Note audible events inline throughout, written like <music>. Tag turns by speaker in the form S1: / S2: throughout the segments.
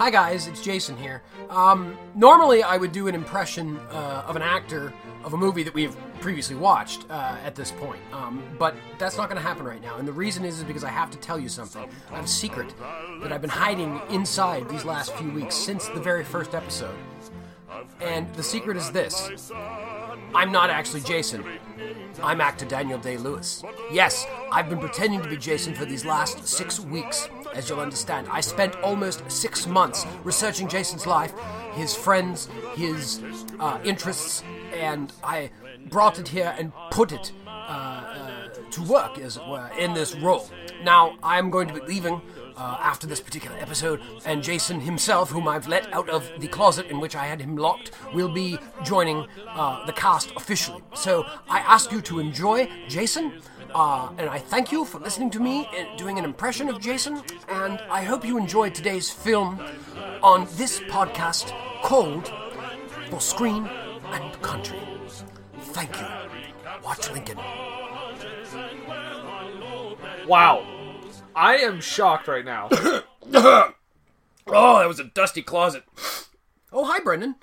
S1: Hi guys, it's Jason here. Um, normally, I would do an impression uh, of an actor of a movie that we have previously watched uh, at this point, um, but that's not going to happen right now. And the reason is, is because I have to tell you something. I have a secret that I've been hiding inside these last few weeks since the very first episode. And the secret is this I'm not actually Jason. I'm actor Daniel Day Lewis. Yes, I've been pretending to be Jason for these last six weeks. As you'll understand, I spent almost six months researching Jason's life, his friends, his uh, interests, and I brought it here and put it uh, uh, to work, as it were, in this role. Now, I'm going to be leaving uh, after this particular episode, and Jason himself, whom I've let out of the closet in which I had him locked, will be joining uh, the cast officially. So I ask you to enjoy Jason, uh, and I thank you for listening to me uh, doing an impression of Jason, and I hope you enjoyed today's film on this podcast called For Screen and Country. Thank you. Watch Lincoln.
S2: Wow. I am shocked right now.
S3: Oh, that was a dusty closet.
S1: Oh, hi, Brendan.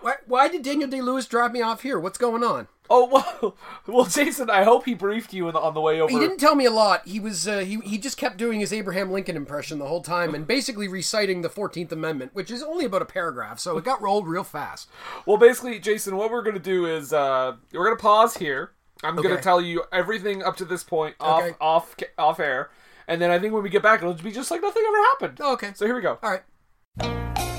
S1: Why, why did Daniel Day Lewis drive me off here? What's going on?
S2: oh, <laughs> well, well, Jason, I hope he briefed you in- on the way over.
S1: He didn't tell me a lot. He was uh, he he just kept doing his Abraham Lincoln impression the whole time and basically reciting the Fourteenth Amendment, which is only about a paragraph, so it got rolled real fast.
S2: Well, basically, Jason, what we're going to do is uh, we're going to pause here. I'm going
S1: Okay.
S2: to tell you everything up to this point off,
S1: Okay.
S2: off, ca- off air. And then I think when we get back, it'll be just like nothing ever happened.
S1: Oh, okay.
S2: So here we go.
S1: All right.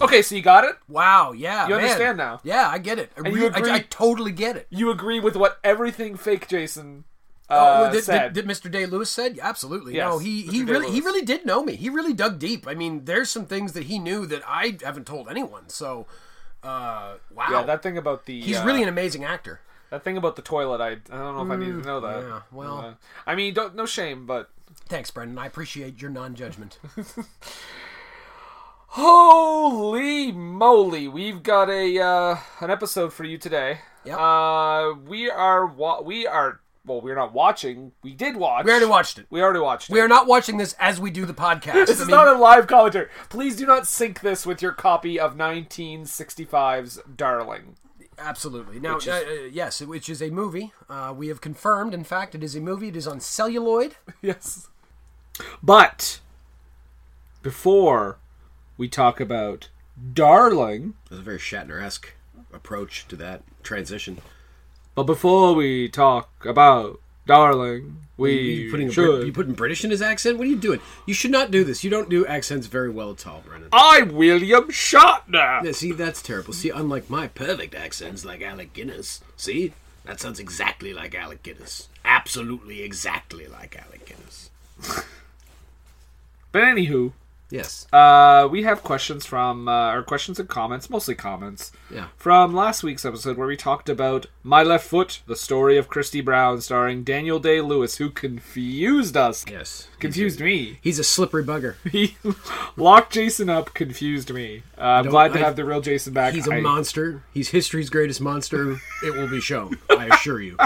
S2: Okay, so you got it?
S1: Wow. Yeah.
S2: You
S1: man.
S2: understand now?
S1: Yeah, I get it. I,
S2: you
S1: really-
S2: agree-
S1: I, I totally get it.
S2: You agree with what everything fake Jason uh,
S1: Oh, that- that,
S2: said.
S1: that Mr. Day Lewis said Yeah, absolutely.
S2: Yes,
S1: no, he, he
S2: Mr. Day
S1: really he
S2: Lewis.
S1: really did know me. He really dug deep. I mean, there's some things that he knew that I haven't told anyone. So, uh, wow.
S2: yeah, that thing about the.
S1: He's
S2: uh,
S1: really an amazing actor.
S2: That thing about the toilet, I, I don't know if I need to know that.
S1: Mm, yeah, well-
S2: Uh, I mean, don't no shame, but
S1: Thanks, Brendan. I appreciate your non-judgment.
S2: holy moly, we've got a uh, an episode for you today.
S1: Yep.
S2: Uh, we are wa- we are well, we're not watching. We did watch.
S1: We already watched it.
S2: <laughs> We already watched.
S1: We
S2: it.
S1: are not watching this as we do the podcast.
S2: This
S1: I
S2: is
S1: mean,
S2: not a live commentary. Please do not sync this with your copy of 1965's Darling.
S1: absolutely. Now, uh, uh, yes, which is a movie. Uh, we have confirmed, in fact, it is a movie. It is on celluloid.
S2: Yes. But before we talk about Darling,
S4: It was a very Shatner-esque approach to that transition.
S2: But before we talk about darling, we
S4: you putting a
S2: should.
S4: Brit- you putting British in his accent? What are you doing? You should not do this. You don't do accents very well at all, Brennan.
S2: I'm William Shatner.
S4: Yeah, see, that's terrible. See, unlike my perfect accents, like Alec Guinness. See, that sounds exactly like Alec Guinness. Absolutely, exactly like Alec Guinness.
S2: But anywho,
S4: Yes.
S2: uh, we have questions from uh, or questions and comments, mostly comments.
S4: Yeah.
S2: From last week's episode where we talked about My Left Foot, the story of Christy Brown, starring Daniel Day Lewis, who confused us.
S4: yes.
S2: Confused me.
S4: He's a slippery <laughs> bugger.
S2: He <laughs> locked Jason up, confused me. Uh, I'm glad to
S4: I-
S2: have the real Jason back.
S4: He's a
S2: I-
S4: monster. He's history's <laughs> greatest monster. It will be shown, I assure you.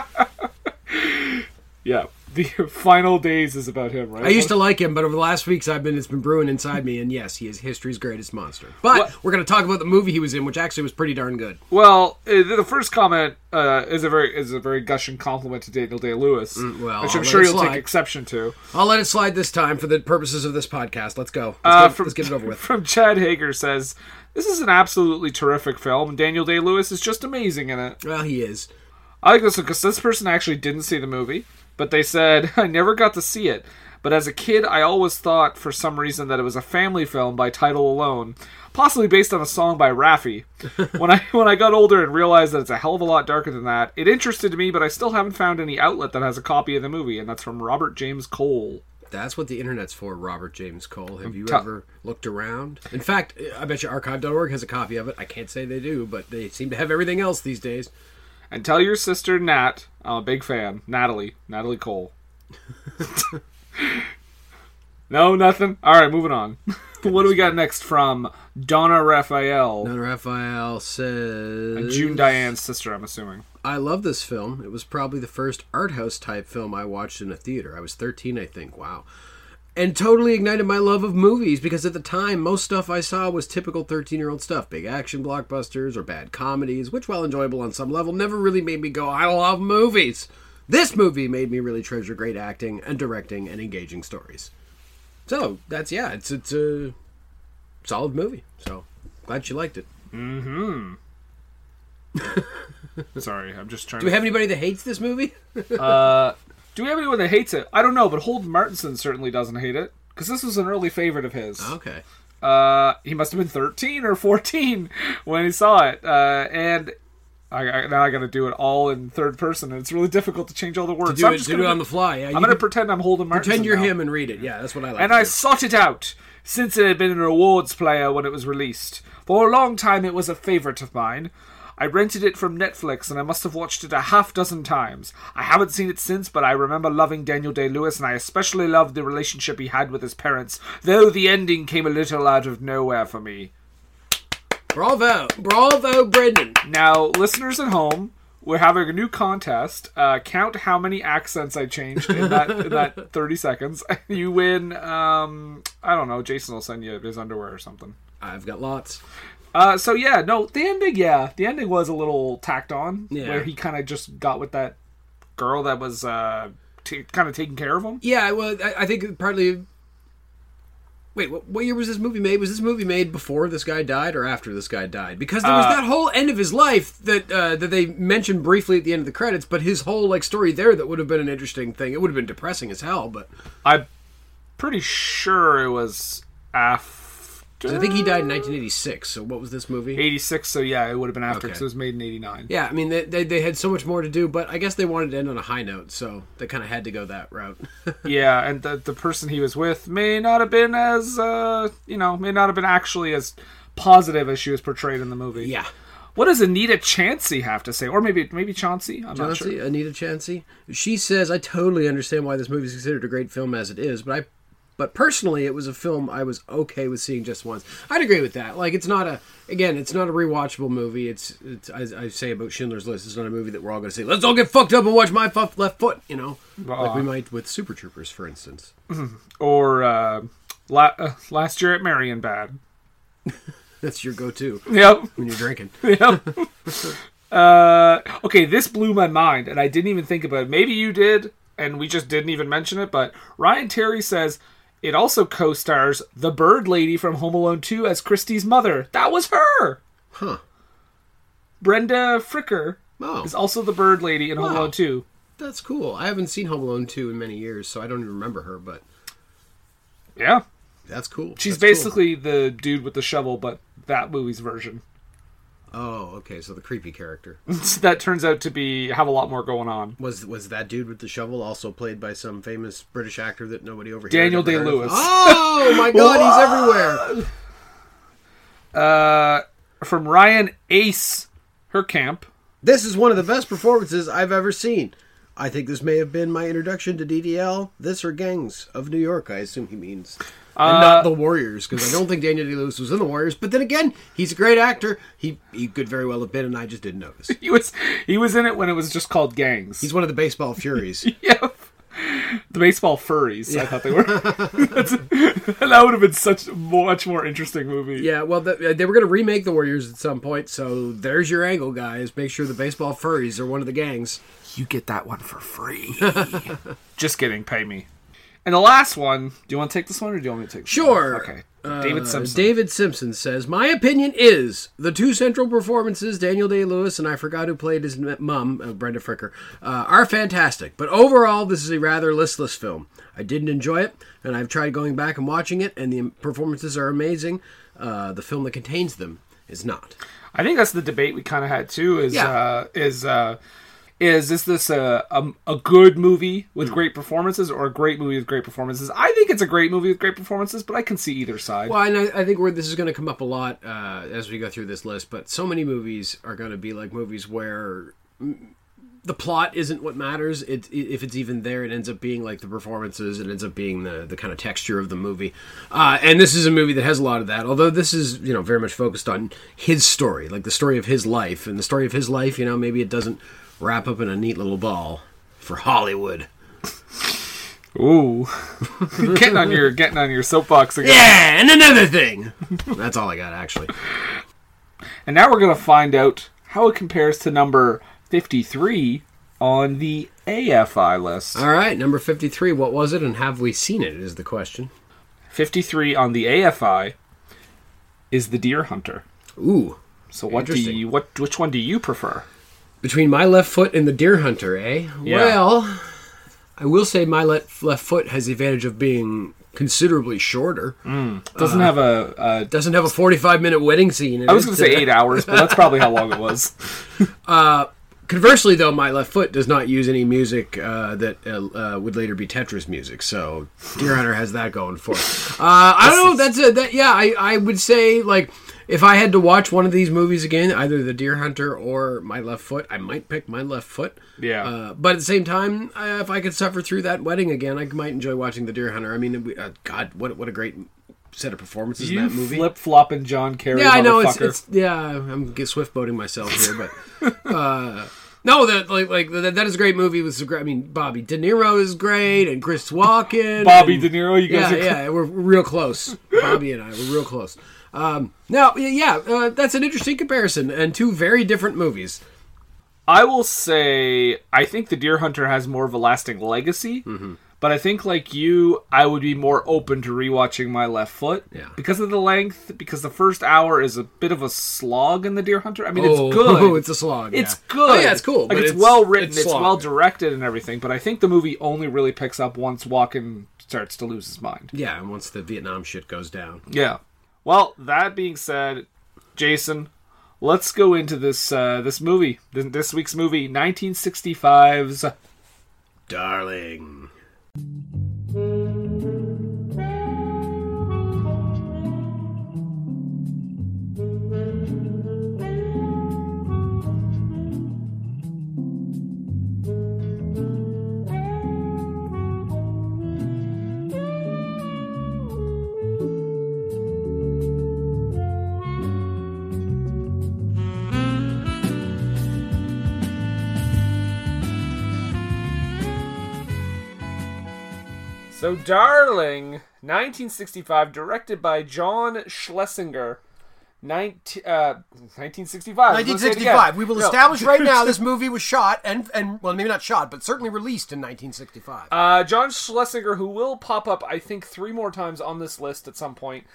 S2: Yeah. the <laughs> final days is about him, right?
S1: I used to like him, but over the last weeks, I've been it's been brewing inside me, and yes, he is history's greatest monster. But
S2: What-
S1: we're going to talk about the movie he was in, which actually was pretty darn good.
S2: Well, uh, the first comment uh, is a very is a very gushing compliment to Daniel Day Lewis,
S1: Mm, well,
S2: which I'm
S1: I'll
S2: sure
S1: let it
S2: you'll
S1: slide.
S2: take exception to.
S1: I'll let it slide this time for the purposes of this podcast. Let's go. Let's,
S2: Uh,
S1: get,
S2: from,
S1: let's get it
S2: <laughs>
S1: over with.
S2: From Chad Hager says, "This is an absolutely terrific film. Daniel Day Lewis is just amazing in it.
S1: Well, he is.
S2: I like this one because this person actually didn't see the movie, but they said <laughs> I never got to see it. But as a kid, I always thought for some reason that it was a family film by title alone, possibly based on a song by Raffi. when I when I got older and realized that it's a hell of a lot darker than that, it interested me, but I still haven't found any outlet that has a copy of the movie, and that's from Robert James Cole.
S1: That's what the internet's for, Robert James Cole. Have you
S2: Ta-
S1: ever looked around? In fact, I bet you archive.org has a copy of it. I can't say they do, but they seem to have everything else these days.
S2: And tell your sister Nat, I'm a big fan. Natalie,
S1: <laughs>
S2: Natalie Cole. no, nothing. All right,
S1: <laughs>
S2: moving on. what do we got next from Donna Raphael?
S1: And Raphael says,
S2: June Diane's sister, I'm assuming.
S1: I love this film. It was probably the first art house type film I watched in a theater. I was 13, I think. Wow. And totally ignited my love of movies because at the time, most stuff I saw was typical 13 year old stuff big action blockbusters or bad comedies, which, while enjoyable on some level, never really made me go, I love movies. This movie made me really treasure great acting and directing and engaging stories. So that's, yeah, it's, it's a solid movie. So glad you liked it.
S2: Sorry, I'm just trying
S1: Do we
S2: to.
S1: have anybody that hates this movie?
S2: do we have anyone that hates it? I don't know, but Hold Martinson certainly doesn't hate it. Because this was an early favorite of his.
S1: Okay.
S2: Uh, he must have been 13 or 14 when he saw it. Uh, and I, I, now I gotta do it all in third person, and it's really difficult to change all the words.
S1: Do
S2: So I'm
S1: it,
S2: just
S1: do it
S2: gonna
S1: on the fly. Yeah, you
S2: I'm gonna
S1: can-
S2: pretend I'm holding Martinson.
S1: Pretend you're
S2: now.
S1: him and read it. Yeah, that's what I like.
S2: And I sought it out since it had been an awards player when it was released. For a long time, it was a favorite of mine. I rented it from Netflix and I must have watched it a half dozen times. I haven't seen it since, but I remember loving Daniel Day Lewis and I especially loved the relationship he had with his parents, though the ending came a little out of nowhere for me.
S1: Bravo, bravo, Brendan.
S2: Now, listeners at home, we're having a new contest. Uh, count how many accents I changed in that
S1: <laughs>
S2: in that 30 seconds. <laughs> You win. Um, I don't know. Jason will send you his underwear or something.
S1: I've got lots.
S2: Uh, so yeah, no, the ending. Yeah, the ending was a little tacked on,
S1: Yeah.
S2: where he kind of just got with that girl that was uh, t- kind of taking care of him.
S1: Yeah, well, I, I think partly. Wait, what, what year was this movie made? Was this movie made before this guy died or after this guy died? Because there was
S2: Uh,
S1: that whole end of his life that uh, that they mentioned briefly at the end of the credits, but his whole like story there that would have been an interesting thing. It would have been depressing as hell, but
S2: I'm pretty sure it was after.
S1: I think he died in 1986. So what was this movie?
S2: 86. So yeah, it would have been after because
S1: Okay.
S2: it was made in 89.
S1: Yeah, I mean they, they they had so much more to do, but I guess they wanted to end on a high note, so they kind of had to go that route. <laughs>
S2: Yeah, and the the person he was with may not have been as uh you know may not have been actually as positive as she was portrayed in the movie.
S1: yeah.
S2: What does Anita Chansey have to say, or maybe maybe Chauncey? I'm not
S1: Chauncey,
S2: sure.
S1: Anita Chansey. She says, "I totally understand why this movie is considered a great film as it is, but I, but personally, it was a film I was okay with seeing just once. I'd agree with that. Like, it's not a again, it's not a rewatchable movie. It's, it's as I say about Schindler's List, it's not a movie that we're all going to say, let's all get fucked up and watch my fuck left foot, you know, like we might with Super Troopers, for instance. <laughs>
S2: Or uh, la- uh, last year at Marion Bad.
S1: That's your go-to
S2: Yep.
S1: when you're drinking.
S2: Yep. <laughs> uh, okay, this blew my mind, and I didn't even think about it. Maybe you did, and we just didn't even mention it, but Ryan Terry says it also co stars the bird lady from Home Alone 2 as Christie's mother. That was her!
S1: Huh?
S2: Brenda Fricker
S1: Oh.
S2: is also the bird lady in Home
S1: Wow.
S2: Alone 2.
S1: That's cool. I haven't seen Home Alone two in many years, so I don't even remember her, but
S2: Yeah.
S1: that's cool.
S2: She's
S1: That's cool.
S2: basically the dude with the shovel, but that movie's version. <laughs>
S1: oh, okay, so the creepy character. <laughs>
S2: that turns out to be have a lot more going on.
S1: Was was that dude with the shovel also played by some famous British actor that nobody over here?
S2: Daniel
S1: had ever
S2: Day
S1: heard of?
S2: Lewis.
S1: Oh
S2: <laughs>
S1: my God, he's everywhere.
S2: Uh, from Ryan Ace, her camp.
S1: This is one of the best performances I've ever seen. I think this may have been my introduction to DDL. This or Gangs of New York, I assume he means. and
S2: Uh,
S1: not the Warriors, because I don't think Daniel Day Lewis was in the Warriors. But then again, he's a great actor. He he could very well have been, and I just didn't notice.
S2: He was he was in it when it was just called Gangs.
S1: He's one of the baseball furies.
S2: <laughs> Yep. the baseball furries. I thought they were. <laughs> That's- that would have been such a much more interesting
S1: <laughs>
S2: movie.
S1: Yeah, well, the, uh, they were going to remake the Warriors at some point, so there's your angle, guys. Make sure the baseball furries are one of the gangs.
S5: You get that one for free.
S2: <laughs> Just kidding. Pay me. And the last one. Do you want to take this one, or do you want me to take? This
S1: Sure.
S2: One? Okay. David
S1: Uh,
S2: Simpson.
S1: David Simpson says, "My opinion is the two central performances, Daniel Day Lewis and I forgot who played his m- mum, uh, Brenda Fricker, uh, are fantastic. But overall, this is a rather listless film. I didn't enjoy it, and I've tried going back and watching it, and the performances are amazing. Uh, the film that contains them is not.
S2: I think that's the debate we kind of had too. Is
S1: Yeah.
S2: uh, is uh, is is this a, a a good movie
S5: Hmm.
S2: with great performances or a great movie with great performances? I think it's a great movie with great performances, but I can see either side.
S1: Well, and I, I think where this is going to come up a lot uh, as we go through this list, but so many movies are going to be like movies where mm, the plot isn't what matters. It, i- if it's even there, it ends up being like the performances. It ends up being the, the kind of texture of the movie. Uh, and this is a movie that has a lot of that. Although this is you know very much focused on his story, like the story of his life, and the story of his life. You know, maybe it doesn't wrap up in a neat little ball for Hollywood. <laughs>
S2: Ooh, getting on your getting on your soapbox again.
S1: Yeah, and another thing. <laughs> That's all I got actually.
S2: And now we're gonna find out how it compares to number fifty three on the AFI list.
S1: All right, number 53. What was it and have we seen it is the question.
S2: 53 on the AFI is The Deer Hunter.
S1: Ooh.
S2: So what do
S1: Interesting.
S2: you what which one do you prefer?
S1: Between my left foot and the deer hunter, eh?
S2: Yeah.
S1: Well, I will say my left, left foot has the advantage of being considerably shorter.
S2: Mm.
S1: Uh,
S2: Doesn't have a, a
S1: Doesn't have a 45 minute wedding scene. in
S2: I was
S1: it.
S2: going to say 8 hours, but that's probably how long it
S1: <laughs>
S2: was.
S1: Conversely, though, my left foot does not use any music uh, that uh, uh, would later be Tetris music, so Deer Hunter has that going for it. Uh, I don't know. That's it. That yeah, I, I would say like if I had to watch one of these movies again, either The Deer Hunter or My Left Foot, I might pick My Left Foot.
S2: Yeah.
S1: Uh, but at the same time, uh, if I could suffer through that wedding again, I might enjoy watching The Deer Hunter. I mean, we- uh, God, what what a great set of performances in
S2: You
S1: that movie.
S2: flip flopping John Kerry
S1: Yeah, I know it's,
S2: motherfucker.
S1: it's yeah. I'm get swift boating myself here, but <laughs> uh, no, that like like that, that is a great movie. With some great, I mean, Bobby De Niro is great, and Chris Walken,
S2: Bobby
S1: and-
S2: De Niro, you guys
S1: Yeah,
S2: are
S1: yeah, we're real close. Bobby and I, we're real close. Um, no, y- yeah, uh, that's an interesting comparison, and two very different movies.
S2: I will say I think the Deer Hunter has more of a lasting legacy.
S1: Mm-hmm.
S2: But I think like you, I would be more open to rewatching my left foot.
S1: Yeah.
S2: Because of the length, because the first hour is a bit of a slog in the Deer Hunter. I mean
S1: Oh, <laughs>
S2: it's good.
S1: it's a slog.
S2: It's
S1: yeah.
S2: good.
S1: Oh, yeah, it's cool.
S2: Like
S1: but
S2: it's, well written, it's,
S1: slog.
S2: well directed and everything, but I think the movie only really picks up once Walken starts to lose his mind.
S1: Yeah, and once the Vietnam shit goes down,
S2: Yeah. Well, that being said, Jason, let's go into this uh, this movie, th- this week's movie, 1965's
S1: darling.
S2: So, Darling, 1965, directed by John Schlesinger. 19, uh, 1965. I was gonna say it again.
S6: 1965. We will
S2: No.
S6: establish right now this movie was shot and and well maybe not shot but certainly released in 1965.
S2: <laughs> Uh, John Schlesinger, who will pop up, I think, three more times on this list at some point.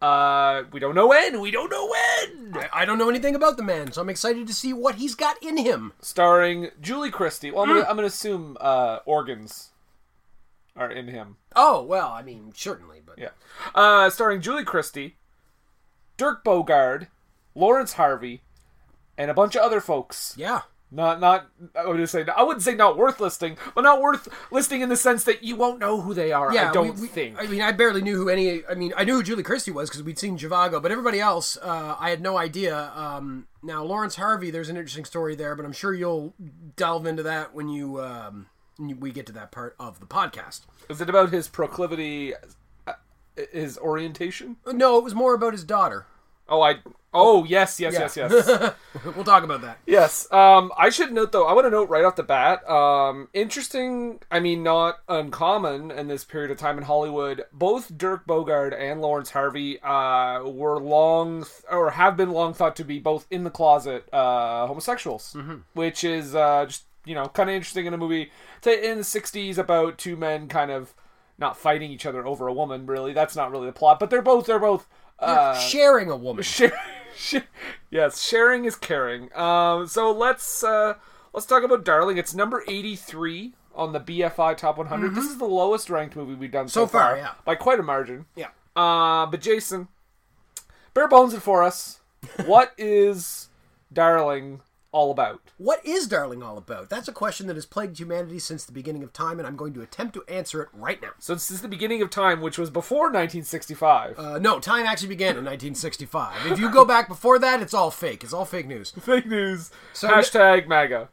S2: Uh, we don't know when. We don't know when.
S6: I don't know anything about the man, so I'm excited to see what he's got in him.
S2: Starring Julie Christie. Well, I'm
S6: Mm.
S2: gonna, I'm gonna assume uh, organs are in him.
S6: Oh well, I mean certainly, but
S2: Yeah. Uh, starring Julie Christie, Dirk Bogard, Lawrence Harvey, and a bunch of other folks.
S6: yeah.
S2: Not, not. I would say I wouldn't say not worth listing, but not worth listing in the sense that you won't know who they are.
S6: Yeah,
S2: I don't
S6: we- we-
S2: think.
S6: I mean, I barely knew who any. I mean, I knew who Julie Christie was because we'd seen Javago, but everybody else, uh, I had no idea. Um, now Lawrence Harvey, there's an interesting story there, but I'm sure you'll delve into that when you um, when you- we get to that part of the podcast.
S2: Is it about his proclivity, uh, his orientation?
S6: No, it was more about his daughter.
S2: Oh, I. Oh, yes, yes,
S6: <laughs>
S2: yes, yes.
S1: <laughs> We'll talk about that.
S2: Yes. Um, I should note though. I want to note right off the bat. Um, interesting. I mean, not uncommon in this period of time in Hollywood. Both Dirk Bogard and Lawrence Harvey uh, were long or have been long thought to be both in the closet uh, homosexuals, which is uh, just you know kind of interesting in a movie say, in the '60s about two men kind of not fighting each other over a woman. Really, that's not really the plot. But they're both they're both. Uh,
S1: Sharing a woman.
S2: Share, share, yes, sharing is caring. Um, so let's uh, let's talk about Darling. It's number eighty three on the BFI Top one This is the lowest ranked movie we've done so,
S1: Mm-hmm. So far, yeah.
S2: by quite a margin.
S1: Yeah.
S2: Uh, but Jason, bare bones it for us.
S1: <laughs>
S2: What is Darling all about?
S1: What is Darling all about? That's a question that has plagued humanity since the beginning of time, and I'm going to attempt to answer it right now.
S2: So this is the beginning of time, which was before 1965.
S1: Uh, no, time actually began in 1965. If you go back before that, it's all fake. It's all fake news.
S2: Fake news. Hashtag MAGA.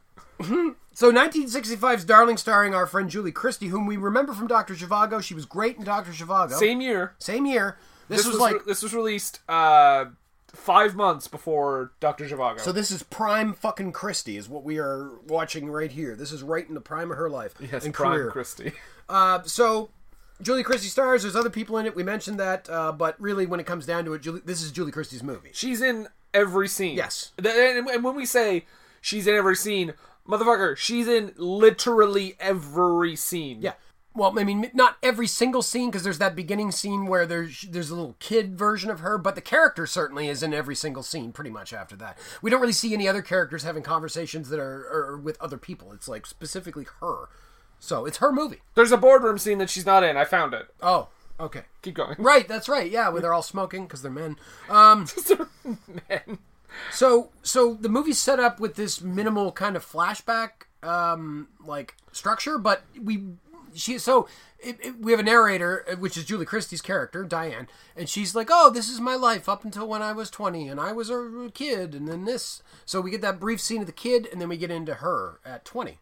S1: So 1965's Darling, starring our friend Julie Christie, whom we remember from Doctor Zhivago. She was great in Doctor Zhivago.
S2: Same year.
S1: Same year. Oh. This,
S2: This,
S1: was,
S2: was,
S1: like
S2: re- this was released uh, five months before Doctor Zhivago.
S1: so. This is prime fucking Christie, is what we are watching right here. This is right in the prime of her life
S2: Yes,
S1: and
S2: Prime
S1: career. <laughs>
S2: Christie.
S1: so Julie Christie stars. There's other people in it. We mentioned that, uh, but really, when it comes down to it, Julie, this is Julie Christie's movie.
S2: She's in every scene.
S1: Yes.
S2: Th- And and when we say she's in every scene, motherfucker, she's in literally every scene.
S1: Yeah. Well, I mean, not every single scene because there's that beginning scene where there's there's a little kid version of her, but the character certainly is in every single scene. Pretty much after that, we don't really see any other characters having conversations that are, are with other people. It's like specifically her. So it's her movie.
S2: There's a boardroom scene that she's not in. I found it.
S1: Oh, okay.
S2: Keep going. <laughs>
S1: Right, that's right. Yeah, where they're all smoking because they're men. Um,
S2: Man.
S1: So, so the movie's set up with this minimal kind of flashback, um, like structure, but we, she, so it, it- we have a narrator, uh, which is Julie Christie's character, Diane, and she's like, "Oh, this is my life up until when I was twenty, and I was a kid, and then this." So we get that brief scene of the kid, and then we get into her at 20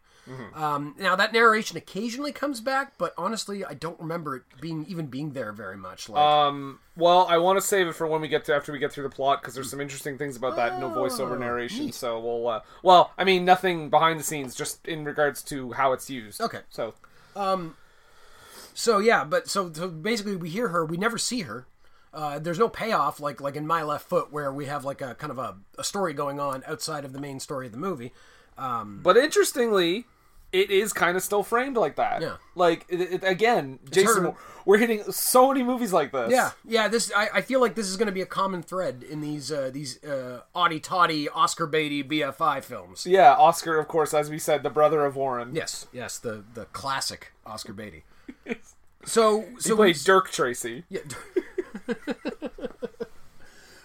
S1: Um, now that narration occasionally comes back, but honestly, I don't remember it being even being there very much. Like,
S2: Well, I want to save it for when we get to after we get through the plot because there's some interesting things about that
S1: Oh,
S2: no voiceover narration. So we'll. Uh, well, I mean nothing behind the scenes, just in regards to how it's used.
S1: Okay.
S2: So
S1: So yeah, but so, so basically, we hear her. We never see her. Uh, there's no payoff like like in My Left Foot, where we have like a kind of a, a story going on outside of the main story of the movie.
S2: But interestingly, it is kind of still framed like that.
S1: Yeah.
S2: Like it, it- again, Jason,
S1: her-
S2: we're hitting so many movies like this.
S1: Yeah, yeah. This I, I feel like this is going to be a common thread in these uh, these uh, Audie Toddy Oscar Beatty BFI films.
S2: Yeah, Oscar, of course, as we said, the brother of Warren.
S1: Yes, yes. The the classic Oscar Beatty. So so we,
S2: Played Dirk Tracy.
S1: yeah.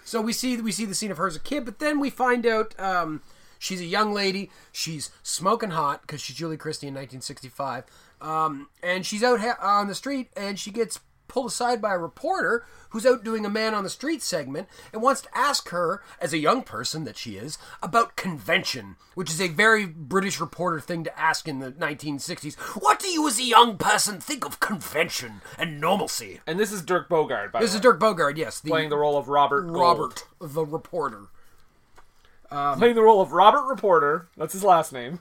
S1: so we see we see the scene of her as a kid, but then we find out um, she's a young lady. She's smoking hot because she's Julie Christie in 1965, um, and she's out ha- on the street and she gets pulled aside by a reporter who's out doing a man on the street segment and wants to ask her as a young person that she is about convention which is a very british reporter thing to ask in the 1960s what do you as a young person think of convention and normalcy
S2: And this is Dirk Bogard, by
S1: this
S2: the
S1: is
S2: way,
S1: Dirk Bogard, yes. The
S2: playing the role of Robert. Gold. Uh,
S1: Robert, the reporter.
S2: playing the role of Robert Reporter. That's his last name.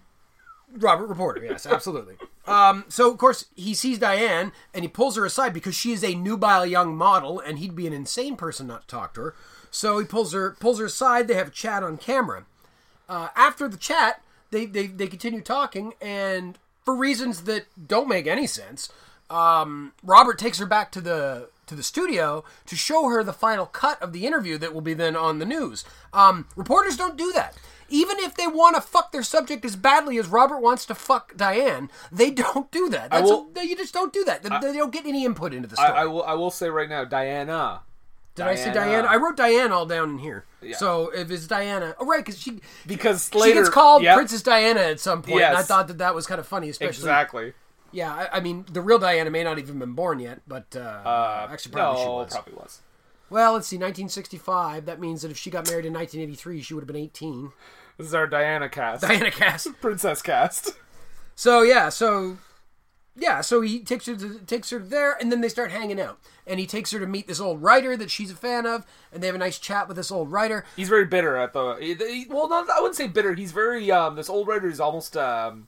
S1: Robert Reporter, yes, absolutely. um, so, of course, he sees Diane and he pulls her aside because she is a nubile young model and he'd be an insane person not to talk to her. So he pulls her pulls her aside. They have a chat on camera. Uh, after the chat, they, they, they continue talking, and for reasons that don't make any sense, um, Robert takes her back to the to the studio to show her the final cut of the interview that will be then on the news. Um, reporters don't do that. Even if they want to fuck their subject as badly as Robert wants to fuck Diane, they don't do that. That's
S2: will-
S1: a, you just don't do that. They, they don't get any input into the
S2: I,
S1: story.
S2: I will. I will say right now, Diana.
S1: Did I say Diane? I wrote Diane all down in here. So if it's Diana, oh right, because she
S2: Because
S1: she
S2: later
S1: gets called
S2: Yep,
S1: Princess Diana at some point, and I
S2: Yes.
S1: thought that that was kind of funny, especially.
S2: Exactly.
S1: Yeah, I, I mean, the real Diana may not even been born yet, but uh, actually, probably she
S2: no,
S1: was.
S2: probably was.
S1: Well, let's see, 1965. That means that if she got married in 1983, she would have been <laughs> 18.
S2: This is our Diana cast,
S1: Diana cast.
S2: princess cast.
S1: So yeah, so yeah, so he takes her to, takes her there, and then they start hanging out. And he takes her to meet this old writer that she's a fan of, and they have a nice chat with this old writer.
S2: He's very bitter at the. he- he- well, not, I wouldn't say bitter. He's very. Um, this old writer is almost. Um,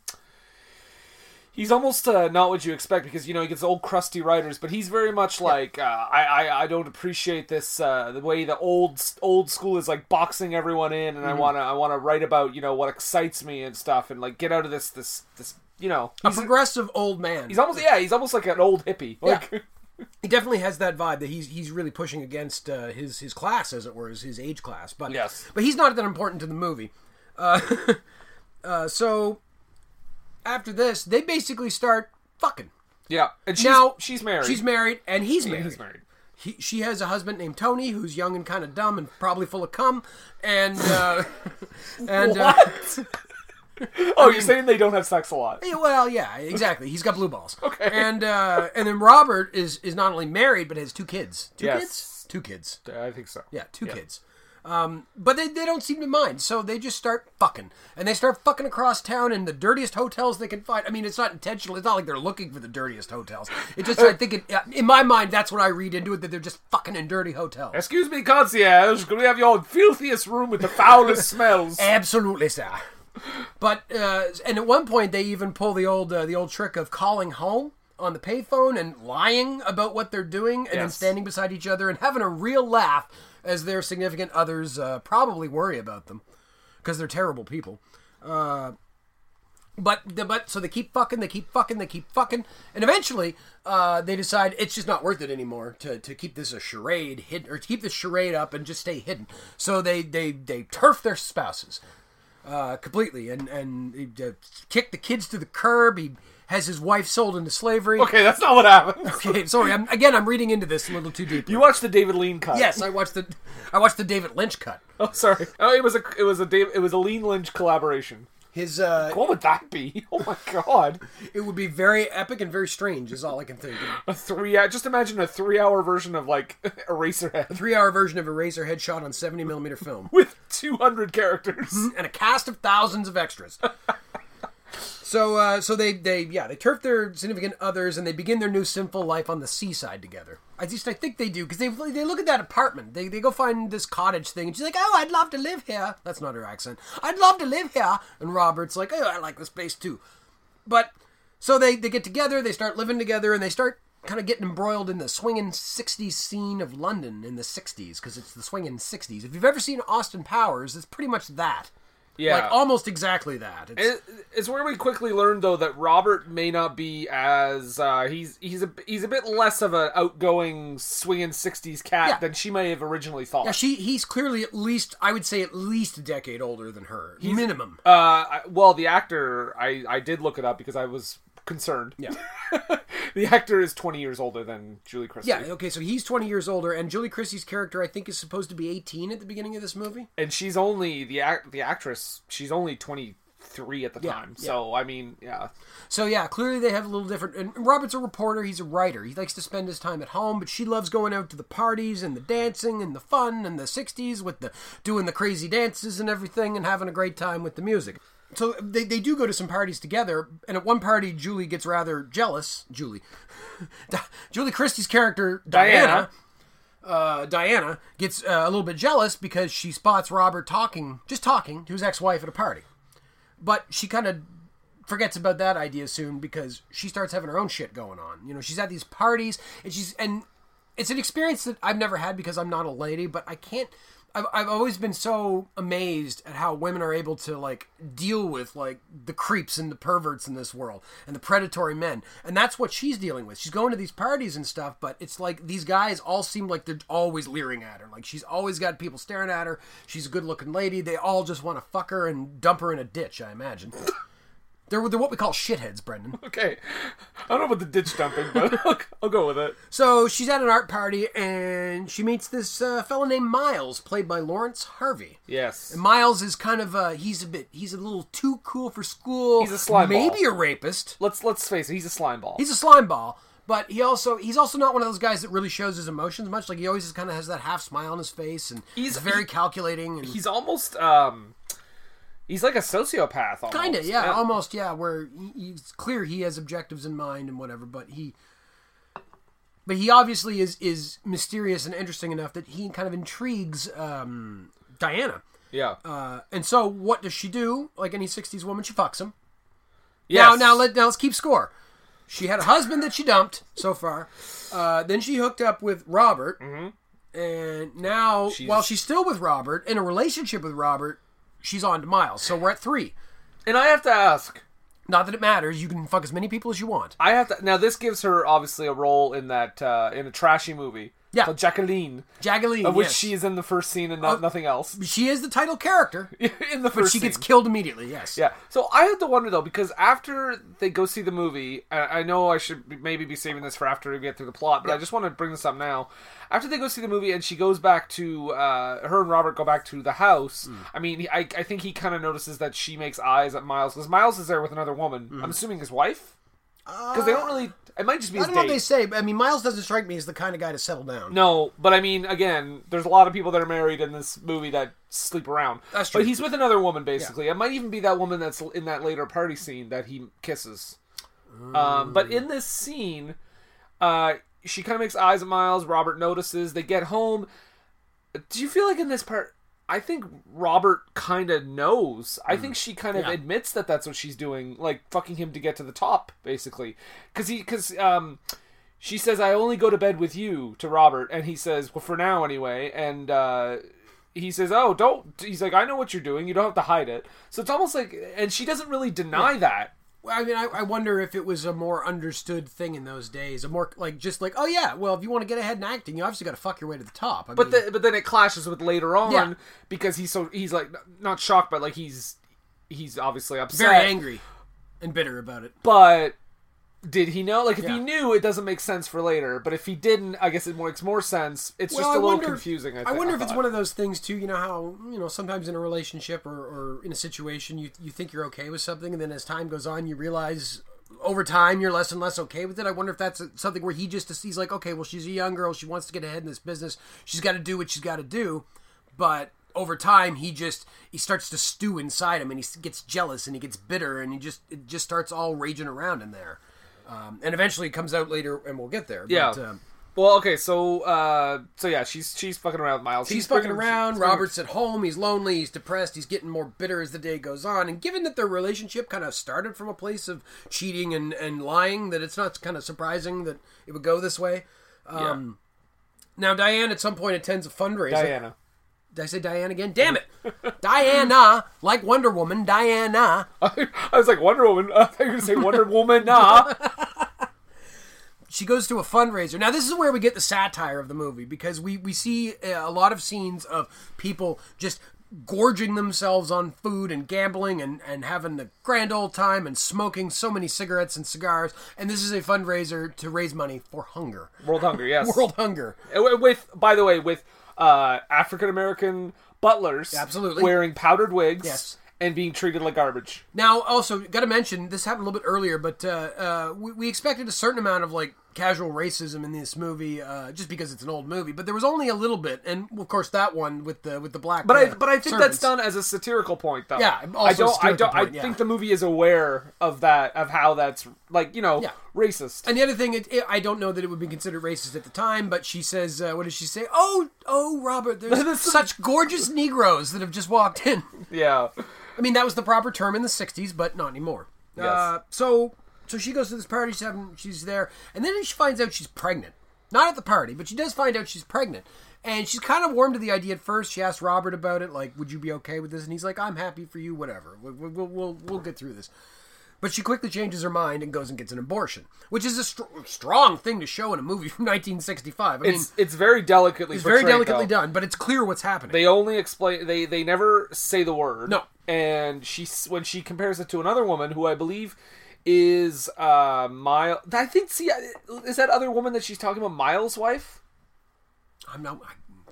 S2: he's almost uh, not what you expect because you know he gets old crusty writers, but he's very much like uh, I, I. I don't appreciate this uh, the way the old old school is like boxing everyone in, and I
S1: Mm-hmm.
S2: wanna I wanna write about you know what excites me and stuff, and like get out of this this this you know.
S1: A
S2: He's,
S1: progressive old man.
S2: he's almost yeah. He's almost like an old hippie. Like <laughs>
S1: he definitely has that vibe that he's he's really pushing against uh, his his class, as it were, his, his age class. But
S2: Yes.
S1: but he's not that important to the movie. <laughs> Uh, uh, so after this, they basically start fucking.
S2: yeah. And she's
S1: Now
S2: she's married.
S1: She's married, and he's married.
S2: He's <laughs> married.
S1: He, she has a husband named Tony, who's young and kind of dumb and probably full of cum, and
S2: <laughs>
S1: uh, and uh, <laughs>
S2: Oh, you're saying they don't have sex a lot.
S1: Yeah, Well, yeah, exactly. He's got blue balls. Okay. And uh, and then Robert is is not only married but has two kids. Two
S2: Yes.
S1: kids. Two kids.
S2: I think so.
S1: Yeah, two kids. Um, but they, they don't seem to mind, so they just start fucking. And they start fucking across town in the dirtiest hotels they can find. I mean, it's not intentional. It's not like they're looking for the dirtiest hotels. It just, I think, it, yeah, in my mind, that's what I read into it, that they're just fucking in dirty hotels.
S2: Excuse me, concierge. Can we have your filthiest room with the <laughs> foulest smells?
S1: Absolutely, sir. But uh, and at one point they even pull the old uh, the old trick of calling home on the payphone and lying about what they're doing, and then
S2: Yes.
S1: standing beside each other and having a real laugh as their significant others uh, probably worry about them because they're terrible people. Uh, but the, but so they keep fucking, they keep fucking, they keep fucking, and eventually uh, they decide it's just not worth it anymore to, to keep this a charade hidden or to keep this charade up and just stay hidden. So they they they turf their spouses uh, completely and and he, uh, kick the kids to the curb. He has his wife sold into slavery.
S2: Okay, that's not what happened.
S1: <laughs> Okay, sorry. I'm, again, I'm reading into this a little too deeply.
S2: <laughs> You watched the David Lean
S1: <laughs>
S2: cut.
S1: yes, I watched the I watched the David Lynch cut.
S2: Oh, sorry. Oh, it was a it was a Dave, it was a Lean Lynch collaboration.
S1: His uh,
S2: What would that be? <laughs> Oh my god.
S1: it would be very epic and very strange. Is all I can think. of.
S2: A three hour. Just imagine a three hour version of like <laughs> Eraserhead
S1: three-hour version of Eraserhead shot on 70 millimeter film,
S2: with two hundred characters. <laughs>
S1: and a cast of thousands of extras. so, uh, so they, they, yeah, they turf their significant others, and they begin their new sinful life on the seaside together. At least I think they do, because they they look at that apartment. They, they go find this cottage thing, and she's like, "Oh, I'd love to live here." That's not her accent. I'd love to live here. And Robert's like, "Oh, I like this place too." But so they they get together, they start living together, and they start kind of getting embroiled in the swinging '60s scene of London in the '60s because it's the swinging '60s. If you've ever seen Austin Powers, it's pretty much that,
S2: Yeah.
S1: like almost exactly that. It's,
S2: It- it's where we quickly learned though that Robert may not be as uh, he's he's a he's a bit less of an outgoing swinging '60s cat
S1: Yeah.
S2: than she may have originally thought.
S1: yeah, she he's clearly at least I would say at least a decade older than her, minimum.
S2: Uh, I- well, the actor, I, I did look it up because I was concerned.
S1: Yeah.
S2: the actor is 20 years older than Julie Christie.
S1: yeah, okay, so he's 20 years older, and Julie Christie's character, I think, is supposed to be 18 at the beginning of this movie.
S2: And she's only, the act, the actress, she's only 23 at the
S1: Yeah,
S2: time. So, I mean, yeah.
S1: So yeah, clearly they have a little different. And Robert's a reporter; he's a writer. He likes to spend his time at home, but she loves going out to the parties and the dancing and the fun and the '60s with the doing the crazy dances and everything and having a great time with the music. So they, they do go to some parties together, and at one party, Julie gets rather jealous. Julie, <laughs> Di- Julie Christie's character Diana,
S2: Diana.
S1: uh, Diana gets uh, a little bit jealous because she spots Robert talking, just talking to his ex-wife at a party. But she kind of forgets about that idea soon because she starts having her own shit going on. You know, she's at these parties and she's and it's an experience that I've never had because I'm not a lady, but I can't. I've, I've always been so amazed at how women are able to like deal with like the creeps and the perverts in this world and the predatory men and that's what she's dealing with she's going to these parties and stuff but it's like these guys all seem like they're always leering at her like she's always got people staring at her she's a good looking lady they all just want to fuck her and dump her in a ditch i imagine they're, they're what we call shitheads
S2: <laughs>
S1: brendan
S2: Okay. I don't know about the ditch dumping, but <laughs> I'll, I'll go with it.
S1: So she's at an art party and she meets this uh, fellow named Miles, played by Lawrence Harvey.
S2: Yes.
S1: Miles is kind of uh, he's a bit he's a little too cool for school.
S2: He's a slime ball.
S1: maybe a rapist.
S2: Let's let's face it, he's a slime ball.
S1: He's a slime ball, but he also he's also not one of those guys that really shows his emotions much. Like he always kind of has that half smile on his face and
S2: He's-
S1: he's very
S2: he-
S1: calculating. And
S2: he's almost um He's like a sociopath. Almost.
S1: Kinda, yeah, almost, yeah. Where he- he's clear he has objectives in mind and whatever, but he, but he obviously is is mysterious and interesting enough that he kind of intrigues um, Diana.
S2: Yeah.
S1: Uh, and so, what does she do? Like any '60s woman, she fucks him.
S2: Yes.
S1: Now, now, let, now let's keep score. She had a husband that she dumped so far. Uh, then she hooked up with Robert, and now while Mm-hmm. she's still with Robert in a relationship with Robert, she's on to Miles. So we're at three.
S2: and I have to ask.
S1: Not that it matters. You can fuck as many people as you want.
S2: I have to now. This gives her obviously a role in that uh, in a trashy movie
S1: Yeah.
S2: called Jacqueline,
S1: Jagaline,
S2: of which
S1: yes.
S2: she is in the first scene and not, nothing else. <laughs>
S1: she is the title character,
S2: in the first,
S1: but she gets
S2: scene.
S1: killed immediately. Yes.
S2: Yeah. So I had to wonder though, because after they go see the movie, and I know I should be- maybe be saving this for after we get through the plot, but I just want to bring this up now. After they go see the movie, and she goes back to uh, her and Robert go back to the house.
S1: Mm.
S2: I mean, he- I, I think he kind of notices that she makes eyes at Miles because Miles is there with another woman. I'm assuming his wife, because they don't really. It might just be.
S1: Mm. Uh, I
S2: His
S1: don't know what
S2: date.
S1: they say. But, I mean, Miles doesn't strike me as the kind of guy to settle down.
S2: No, but I mean, again, there's a lot of people that are married in this movie that sleep around.
S1: That's true.
S2: But he's with another woman, basically. It might even be that woman that's in that later party scene that he kisses. Um, but in this scene, uh, she kind of makes eyes at Miles. Robert notices. They get home. Do you feel like in this part? I think Robert kind of knows. I think she kind of admits that that's what she's doing, like fucking him to get to the top, basically. Because he, because um, she says, "I only go to bed with you" to Robert, and he says, "Well, for now, anyway." And uh, he says, "Oh, don't." He's like, "I know what you're doing. You don't have to hide it." So it's almost like, and she doesn't really deny that.
S1: Well, I mean, I, I wonder if it was a more understood thing in those days. A more like just like, oh yeah, well, if you want to get ahead in acting, you obviously got to fuck your way to the top. I
S2: But
S1: mean,
S2: the, but then it clashes with later on
S1: Yeah.
S2: because he's so he's like not shocked, but like he's he's obviously upset,
S1: very angry and bitter about it.
S2: But did he know? Like if
S1: Yeah.
S2: he knew, it dousn't make sense for later. But if he didn't, I guess it makes more sense. It's
S1: Well,
S2: just a
S1: I
S2: little
S1: wonder-
S2: confusing. I,
S1: I
S2: thi-
S1: wonder if it's
S2: thought.
S1: one of those things too. You know how you know sometimes in a relationship or, or in a situation you you think you're okay with something, and then as time goes on, you realize over time you're less and less okay with it. I wonder if that's something where he just he's like, okay, well she's a young girl, she wants to get ahead in this business, she's got to do what she's got to do, but over time he just he starts to stew inside him, and he s- gets jealous and he gets bitter, and he just it just starts all raging around in there. Um, and eventually it comes out later, and we'll get there.
S2: Yeah.
S1: But, um,
S2: Well, okay, so uh, so yeah, she's she's fucking around with Miles.
S1: He's
S2: He's
S1: fucking
S2: bringing-
S1: around.
S2: he's bringing-
S1: Robert's at home. He's lonely. He's depressed. He's getting more bitter as the day goes on. And given that their relationship kind of started from a place of cheating and, and lying, that it's not kind of surprising that it would go this way. Um, Now, Diane at some point attends a fundraiser.
S2: Diana.
S1: Did I say Diane again? Damn it. <laughs> Diana, like Wonder Woman, Diana.
S2: I was like Wonder Woman. <laughs> I thought you were gonna say Wonder Woman. Nah.
S1: she goes to a fundraiser. Now this is where we get the satire of the movie because we we see uh, a lot of scenes of people just gorging themselves on food and gambling and and having the grand old time and smoking so many cigarettes and cigars. And this is a fundraiser to raise money for hunger.
S2: World <laughs> Hunger. Yes.
S1: World hunger.
S2: Uh, With by the way, with uh, African American butlers
S1: Absolutely.
S2: wearing powdered wigs.
S1: Yes.
S2: And being treated like garbage.
S1: Now, also, got to mention this happened a little bit earlier, but uh, uh, we, we expected a certain amount of like casual racism in this movie, uh, just because it's an old movie. But there was only a little bit, and of course that one with the with the black.
S2: But
S1: uh,
S2: I but I think
S1: servants.
S2: that's done as a satirical point though.
S1: Yeah, also
S2: I don't I
S1: satirical
S2: don't
S1: point,
S2: I
S1: yeah.
S2: think the movie is aware of that of how that's like, you know,
S1: Yeah.
S2: racist.
S1: And the other thing, it, it, I don't know that it would be considered racist at the time, but she says, uh, "What does she say? Oh, oh, Robert, there's
S2: <laughs> This is-
S1: such gorgeous Negroes that have just walked in."
S2: yeah.
S1: I mean, that was the proper term in the '60s, but not anymore.
S2: Yes.
S1: Uh, so, so she goes to this party. She's having, she's there, and then she finds out she's pregnant. Not at the party, but she does find out she's pregnant, and she's kind of warm to the idea at first. She asks Robert about it, like, "Would you be okay with this?" And he's like, "I'm happy for you. Whatever. We'll we'll we'll, we'll get through this." But she quickly changes her mind and goes and gets an abortion, which is a str- strong thing to show in a movie from 1965. I mean,
S2: It's it's very delicately
S1: it's very
S2: portrayed,
S1: delicately
S2: though.
S1: done, but it's clear what's happening.
S2: They only explain. They they never say the word.
S1: No.
S2: And she s- when she compares it to another woman who I believe is uh Miles. I think. See, I- is that other woman that she's talking about Miles' wife?
S1: I'm not.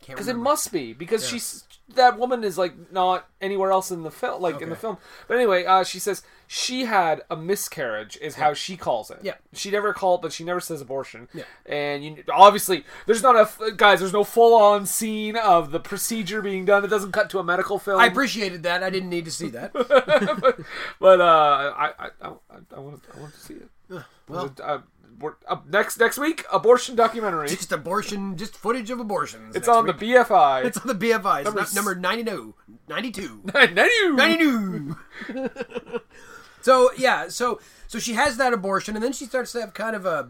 S1: Can't
S2: because it
S1: remember.
S2: must be because she's that woman is like not anywhere else in the film like in the film but anyway uh, she says she had a miscarriage is how she calls it
S1: Yeah.
S2: she never called but she never says abortion yeah and you obviously there's not a f- guys there's no full-on scene of the procedure being done it doesn't cut to a medical film
S1: I appreciated that. I didn't need to see that.
S2: but uh i i i, I want to i want to see it well uh, we're, up next next week abortion documentary
S1: just abortion, just footage of abortions.
S2: it's on the bfi <laughs>
S1: It's on the BFI. It's
S2: Number
S1: not-
S2: s-
S1: number, 92.
S2: <laughs>
S1: 92.
S2: Nanu.
S1: 92.
S2: <laughs>
S1: so, yeah, so so she has that abortion, and then she starts to have kind of a,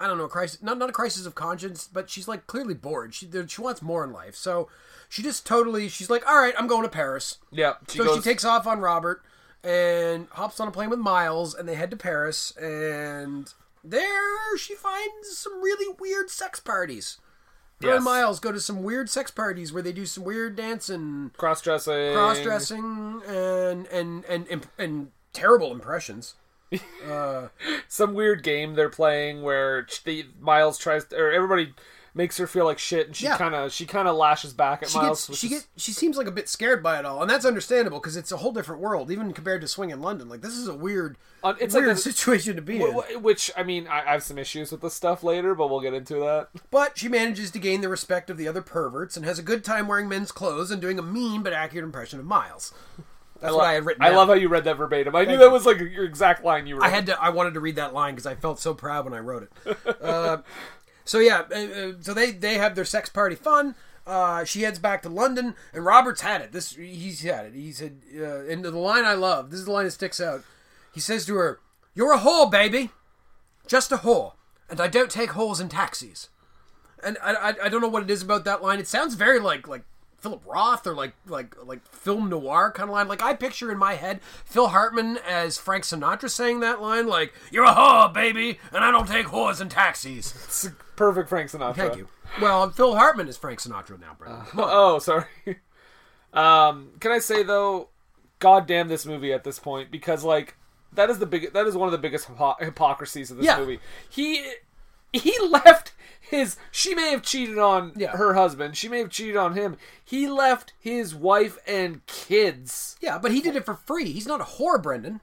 S1: I don't know, a crisis, not, not a crisis of conscience, but she's like clearly bored. She, there- she wants more in life. So she just totally, she's like, all right, I'm going to Paris.
S2: yeah she
S1: so
S2: goes,
S1: she takes off on Robert and hops on a plane with Miles, and they head to Paris, and there she finds some really weird sex parties. Her and
S2: Yes.
S1: Miles go to some weird sex parties where they do some weird dancing,
S2: cross dressing.
S1: cross dressing, and and and and, and terrible impressions.
S2: Some weird game they're playing where ch- the Miles tries or everybody makes her feel like shit, and she
S1: Yeah.
S2: kind of she kind of lashes back at
S1: She
S2: Miles.
S1: gets
S2: which
S1: she
S2: is-
S1: get she seems like a bit scared by it all, and that's understandable because it's a whole different world, even compared to swing in London. Like this is a weird,
S2: Uh, it's like
S1: weird
S2: a-
S1: situation to be in.
S2: wh- wh- which I mean, I, I have some issues with this stuff later, but we'll get into that.
S1: But she manages to gain the respect of the other perverts and has a good time wearing men's clothes and doing a mean but accurate impression of Miles. That's what I had written.
S2: I
S1: down.
S2: love how you read that verbatim. I knew that was like your exact line you wrote.
S1: I had to. I wanted to read that line because I felt so proud when I wrote it. uh, <laughs> so yeah, uh, uh, so they they have their sex party fun. Uh, she heads back to London, and Robert's had it. This he's had it. He said, uh, and the line I love. This is the line that sticks out. He says to her, "You're a whore, baby, just a whore, and I don't take whores in taxis." And I, I, I don't know what it is about that line. It sounds very like like Philip Roth or like like like film noir kind of line. Like I picture in my head Phil Hartman as Frank Sinatra saying that line, like "You're a whore, baby, and I don't take whores in taxis."
S2: It's perfect Frank Sinatra.
S1: Thank you. Uh, Well, Phil Hartman is Frank Sinatra now, brother.
S2: Oh, sorry. <laughs> Um, can I say though, God damn this movie at this point because like that is the big that is one of the biggest hypo- hypocrisies of this
S1: Yeah.
S2: movie. He he <laughs> left his she may have cheated on
S1: Yeah.
S2: her husband. She may have cheated on him. He left his wife and kids.
S1: yeah, but he did it for free. He's not a whore, Brendan.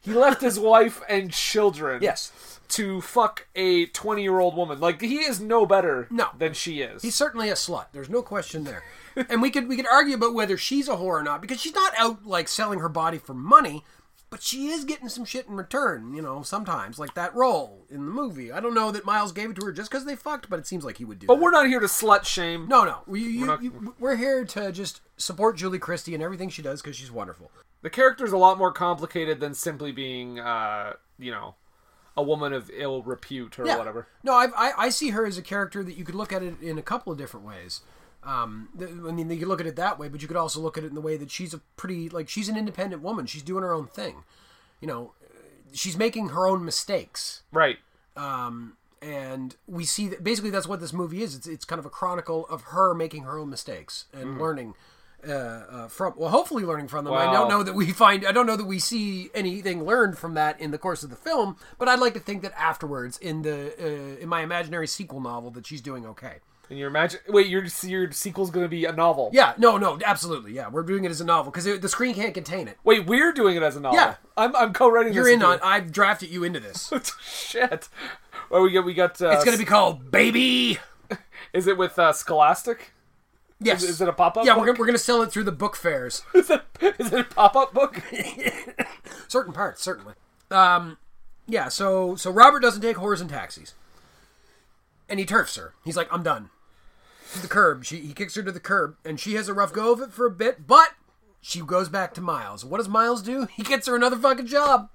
S2: He
S1: <laughs>
S2: left his wife and children.
S1: Yes.
S2: To fuck a 20-year-old woman. Like he is no better
S1: No.
S2: than she is.
S1: He's certainly a slut. There's no question there. and we could we could argue about whether she's a whore or not because she's not out like selling her body for money, but she is getting some shit in return. You know, sometimes like that role in the movie. I don't know that Miles gave it to her just because they fucked, but it seems like he would do.
S2: but we're not here to slut shame.
S1: no, no. We, you,
S2: We're not-
S1: you, we're here to just support Julie Christie and everything she does because she's wonderful.
S2: the character's a lot more complicated than simply being uh you know a woman of ill repute or whatever
S1: No, I've, I I see her as a character that you could look at it in a couple of different ways. Um, th- I mean, you could look at it that way, but you could also look at it in the way that she's a pretty like she's an independent woman. She's doing her own thing. You know, uh, she's making her own mistakes,
S2: right
S1: and we see that basically that's what this movie is. It's it's kind of a chronicle of her making her own mistakes
S2: Mm.
S1: and learning. Uh, uh, from well, hopefully learning from them. I
S2: Wow.
S1: don't know that we find. I don't know that we see anything learned from that in the course of the film. But I'd like to think that afterwards, in the uh, in my imaginary sequel novel, that she's doing okay.
S2: and you imagine wait your your sequel's gonna be a novel
S1: Yeah, no, no, absolutely. Yeah, we're doing it as a novel because the screen can't contain it.
S2: wait we're doing it as a novel
S1: Yeah.
S2: i'm, I'm co-writing
S1: You're
S2: this
S1: in
S2: with
S1: on. I've drafted you into this.
S2: <laughs> you. shit or we got we got uh,
S1: It's going to be called Baby.
S2: is it with uh, scholastic <laughs>
S1: Yes.
S2: is it a pop-up
S1: yeah,
S2: book?
S1: we're gonna, we're gonna sell it through the book fairs.
S2: is it, is it a
S1: <laughs>
S2: pop-up book
S1: certain parts, certainly. Um, yeah. So so Robert doesn't take whores and taxis, and he turfs her. He's like, I'm done. To the curb. She he kicks her to the curb, and she has a rough go of it for a bit, but she goes back to Miles. What does Miles do? He gets her another fucking job.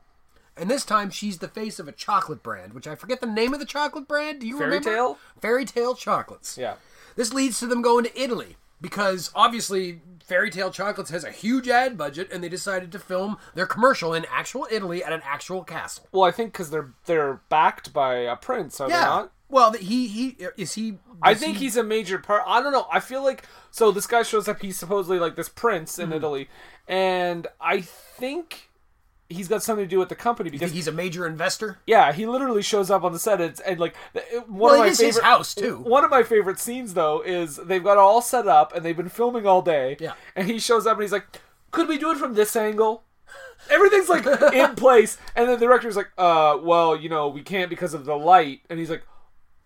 S1: And this time she's the face of a chocolate brand, which I forget the name of the chocolate brand. Do you
S2: Fairy
S1: remember?
S2: Tale?
S1: Fairy Tale Chocolates.
S2: yeah
S1: This leads to them going to Italy because obviously Fairy Tale Chocolates has a huge ad budget, and they decided to film their commercial in actual Italy at an actual castle.
S2: well i think because they're they're backed by a prince are they not
S1: Well, th- he he is he.
S2: I
S1: is
S2: think
S1: he-
S2: he's a major part. I don't know. I feel like so this
S1: Hmm.
S2: guy shows up. He's supposedly like this prince in Italy, and I think he's got something to do with the company
S1: You think
S2: because
S1: he's a major investor?
S2: yeah, he literally shows up on the set and, and like th- one
S1: Well,
S2: of
S1: it
S2: my
S1: is
S2: favorite
S1: his house, too.
S2: One of my favorite scenes though is they've got it all set up and they've been filming all day.
S1: Yeah.
S2: and he shows up and he's like, "Could we do it from this angle?" Everything's like
S1: <laughs>
S2: in place, and then the director's like, "Uh, well, you know, we can't because of the light," and he's like,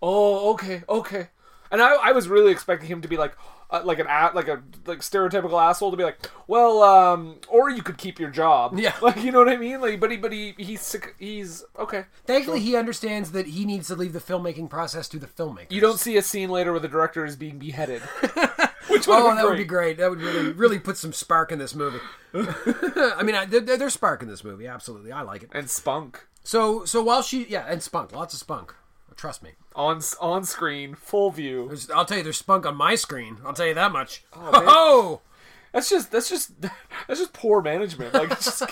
S2: "Oh, okay, okay." And I, I was really expecting him to be like, uh, like an a- like a like stereotypical asshole to be like, well, um, or you could keep your job,
S1: Yeah.
S2: <laughs> like you know what I mean, like, but he, but he, he's sick, he's okay.
S1: Thankfully, he understands that he needs to leave the filmmaking process to the filmmaker.
S2: You don't see a scene later where the director is
S1: <laughs>
S2: being beheaded, which would,
S1: Oh,
S2: have been
S1: that would be
S2: great.
S1: great. That would really, really put some spark in this movie. <laughs> I mean, I, there, there's spark in this movie. Absolutely, I like it.
S2: And spunk
S1: So, so while she, yeah, and spunk, lots of spunk. Trust me.
S2: on s- on screen, full view.
S1: There's, I'll tell you, there's spunk on my screen. I'll tell you that much. <laughs> Oh,
S2: man. That's just that's just <laughs> that's just poor
S1: <laughs>
S2: management. Like it's just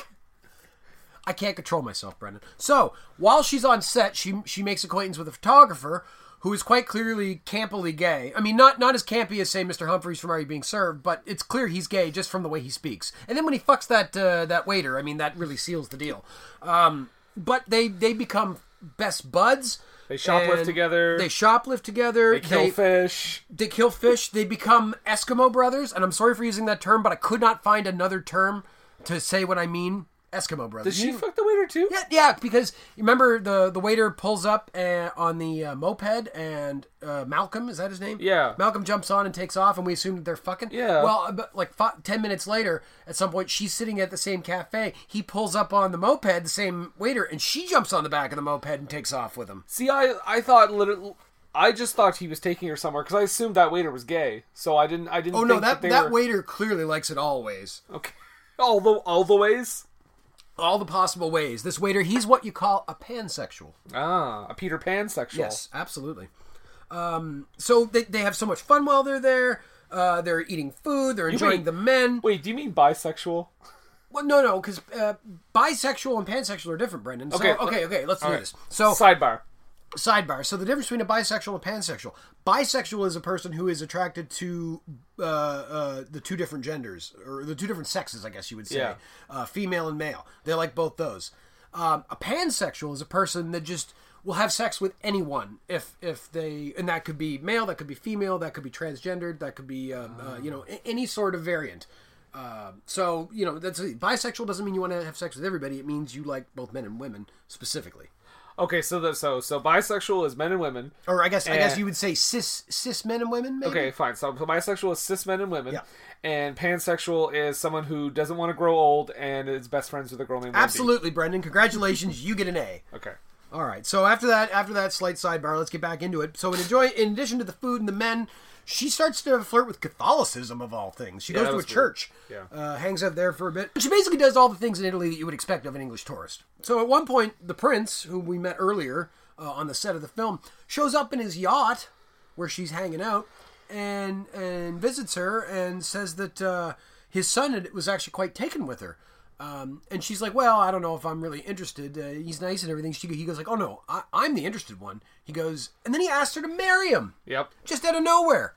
S1: I can't control myself, Brendan. So while she's on set, she she makes acquaintance with a photographer who is quite clearly campily gay. I mean, not not as campy as say Mr. Humphreys from Are You Being Served, but it's clear he's gay just from the way he speaks. And then when he fucks that uh, that waiter, I mean, that really seals the deal. Um, but they they become best buds.
S2: They shoplift
S1: and
S2: together.
S1: They shoplift together.
S2: they kill fish.
S1: They kill fish. They become Eskimo brothers, and I'm sorry for using that term, but I could not find another term to say what I mean. Eskimo brothers.
S2: Does she
S1: You-
S2: fuck the waiter too?
S1: yeah, yeah, because you remember the the waiter pulls up uh, on the uh, moped and uh, Malcolm is that his name?
S2: Yeah.
S1: Malcolm jumps on and takes off, and we assume that they're fucking.
S2: Yeah.
S1: Well, about, like five, ten minutes later, at some point, she's sitting at the same cafe. He pulls up on the moped, the same waiter, and she jumps on the back of the moped and takes off with him.
S2: See, I I thought literally. I just thought he was taking her somewhere because I assumed that waiter was gay, so I didn't. I didn't.
S1: Oh no,
S2: think
S1: that
S2: they
S1: that
S2: were-
S1: waiter clearly likes it always,
S2: Okay, <laughs> all the all the ways.
S1: all the possible ways. This waiter, he's what you call a pansexual.
S2: Ah, a Peter Pan sexual.
S1: Yes, absolutely. Um, so they, they have so much fun while they're there. Uh, they're eating food. They're enjoying
S2: mean-
S1: the men.
S2: Wait, do you mean bisexual?
S1: Well, no, no, because uh, bisexual and pansexual are different, Brendan. So, okay,
S2: Okay,
S1: okay, okay. Let's do
S2: right.
S1: this. So
S2: Sidebar.
S1: sidebar. So the difference between a bisexual and pansexual. Bisexual is a person who is attracted to uh, uh, the two different genders or the two different sexes, I guess you would say,
S2: Yeah.
S1: uh, female and male. They like both those. Um, a pansexual is a person that just will have sex with anyone if if they and that could be male, that could be female, that could be transgendered, that could be um, uh, you know a- any sort of variant. Um, so you know that's bisexual doesn't mean you want to have sex with everybody. It means you like both men and women specifically.
S2: Okay, so the, so so bisexual is men and women.
S1: or I guess I guess
S2: And-
S1: you would say cis cis men and women. Maybe?
S2: Eh. Okay, fine. So, so bisexual is cis men and women,
S1: Yeah.
S2: and pansexual is someone who doesn't want to grow old and is best friends with a girl named Wendy.
S1: absolutely, Brendan. Congratulations, you get an A.
S2: Okay.
S1: All right. So after that, after that slight sidebar, let's get back into it. So in enjoy, in addition to the food and the men, she starts to flirt with Catholicism of all things. She goes
S2: that was
S1: to a
S2: weird.
S1: church,
S2: Yeah.
S1: uh, hangs out there for a bit. She basically does all the things in Italy that you would expect of an English tourist. So at one point, the prince, who we met earlier uh, on the set of the film, shows up in his yacht where she's hanging out and and visits her and says that uh, his son had, was actually quite taken with her. Um, and she's like, "Well, I don't know if I'm really interested. Uh, he's nice and everything." She he goes like, "Oh no, I, I'm the interested one." He goes, and then he asked her to marry him
S2: Yep. <laughs>
S1: just out of nowhere.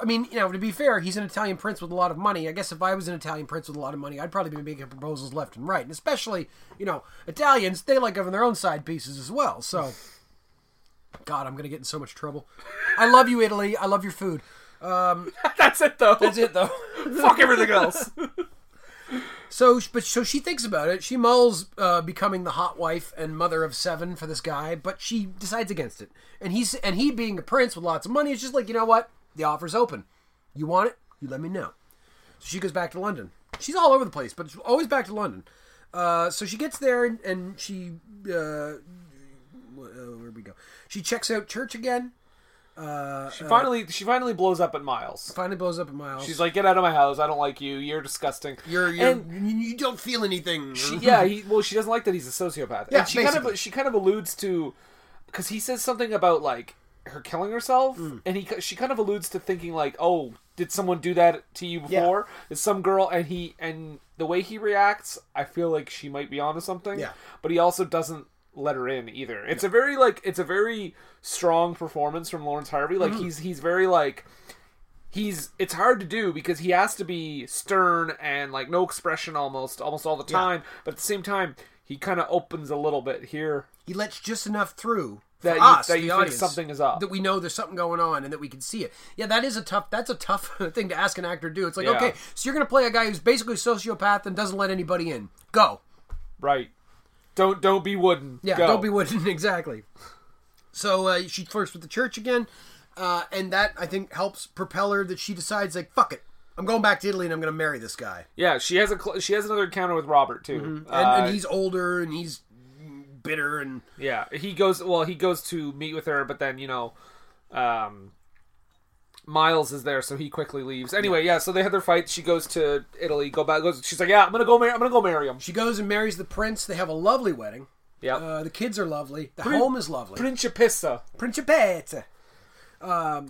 S1: I mean, you know, to be fair, he's an Italian prince with a lot of money. I guess if I was an Italian prince with a lot of money, I'd probably be making proposals left and right. And especially, you know, Italians, they like having their own side pieces as well. So, God, I'm going to get in so much trouble. I love you, Italy. I love your food.
S2: That's it though.
S1: That's it, though.
S2: Fuck
S1: <laughs>
S2: everything else.
S1: So, but so she thinks about it. She mulls uh, becoming the hot wife and mother of seven for this guy, but she decides against it. And he's and he being a prince with lots of money is just like you know what? The offer's open. You want it? You let me know. So she goes back to London. She's all over the place, but she's always back to London. Uh, so she gets there and, and she uh, wh- uh, where we go? She checks out church again.
S2: She finally she finally blows up at Miles.
S1: Finally blows up at Miles.
S2: She's like, "Get out of my house. I don't like you. You're disgusting."
S1: you're, you're
S2: And
S1: you don't feel anything.
S2: she, yeah, he, well, she doesn't like that he's a sociopath.
S1: Yeah,
S2: and she kind
S1: basically.
S2: of she kind of alludes to because he says something about like her killing herself,
S1: Mm.
S2: and he she kind of alludes to thinking like, "Oh, did someone do that to you before? Is some girl?" And he and the way he reacts, I feel like she might be onto something.
S1: Yeah.
S2: but he also doesn't let her in either. It's a
S1: Mm-hmm.
S2: very like it's a very strong performance from Lawrence Harvey. Like he's he's very like he's it's hard to do because he has to be stern and like no expression almost almost all the time. But at the same time, he kind of opens a little bit here.
S1: He lets just enough through
S2: That
S1: for
S2: you-
S1: us,
S2: that
S1: the
S2: you think
S1: audience,
S2: something is up.
S1: that we know there's something going on, and that we can see it. Yeah, that is a tough. That's a tough <laughs> thing to ask an actor to do. It's like,
S2: Yeah.
S1: okay, so you're going to play a guy who's basically a sociopath and doesn't let anybody in. Go.
S2: Right. Don't don't be wooden.
S1: Yeah,
S2: Go.
S1: don't be wooden. <laughs> Exactly. So uh, she flirts with the church again, uh, and that I think helps propel her that she decides like, fuck it, I'm going back to Italy and I'm going to marry this guy.
S2: Yeah, she has a cl- she has another encounter with Robert too.
S1: And,
S2: Uh,
S1: and he's older and he's bitter and
S2: yeah, he goes well. He goes to meet with her, but then you know, um, Miles is there, so he quickly leaves. Anyway, yeah. so they had their fight. She goes to Italy. Go back. Goes. She's like, yeah, I'm gonna go marry. I'm gonna go marry him.
S1: she goes and marries the prince. They have a lovely wedding.
S2: Yeah.
S1: Uh, the kids are lovely. The home is lovely.
S2: Principessa.
S1: Principetta.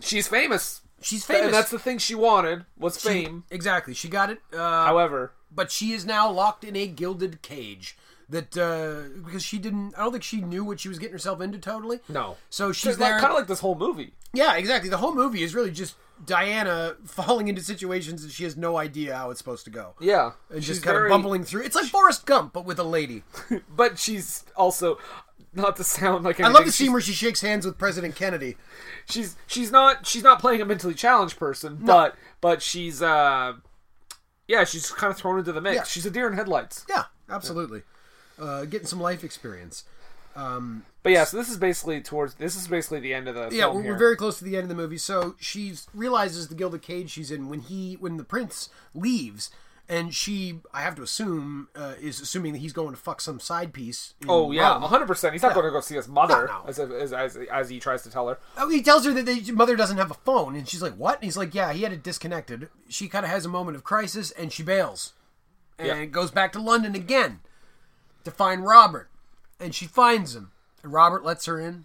S2: She's famous.
S1: She's famous.
S2: And that's the thing she wanted was
S1: She-
S2: fame.
S1: exactly. She got it. Uh,
S2: However,
S1: but she is now locked in a gilded cage that uh, because she didn't i don't think she knew what she was getting herself into totally
S2: No.
S1: so she's
S2: like,
S1: there
S2: kind of like this whole movie.
S1: yeah exactly the whole movie is really just diana falling into situations that she has no idea how it's supposed to go
S2: Yeah.
S1: and
S2: She's
S1: just kind
S2: very-
S1: of bumbling through it's like forrest gump but with a
S2: <laughs>
S1: lady
S2: But she's also not to sound like
S1: i
S2: anything,
S1: love the
S2: she's-
S1: scene where she shakes hands with president kennedy
S2: she's she's not she's not playing a mentally challenged person, but but she's uh yeah, she's kind of thrown into the mix.
S1: Yeah.
S2: She's a deer in headlights.
S1: yeah absolutely uh, getting some life experience
S2: But yeah, so this is basically towards this is basically the end of the
S1: yeah
S2: film
S1: we're,
S2: here.
S1: we're very close to the end of the movie so she realizes the gilded cage she's in when he when the prince leaves and she i have to assume uh, is assuming that he's going to fuck some side piece in
S2: Oh yeah,
S1: Rome.
S2: hundred percent. He's not going to go see his
S1: No,
S2: mother,
S1: no.
S2: As, as, as as he tries to tell her.
S1: Oh, he tells her that the your mother doesn't have a phone and she's like what and he's like yeah he had it disconnected she kind of has a moment of crisis and she bails and
S2: Yeah.
S1: goes back to london again to find robert and she finds him and robert lets her in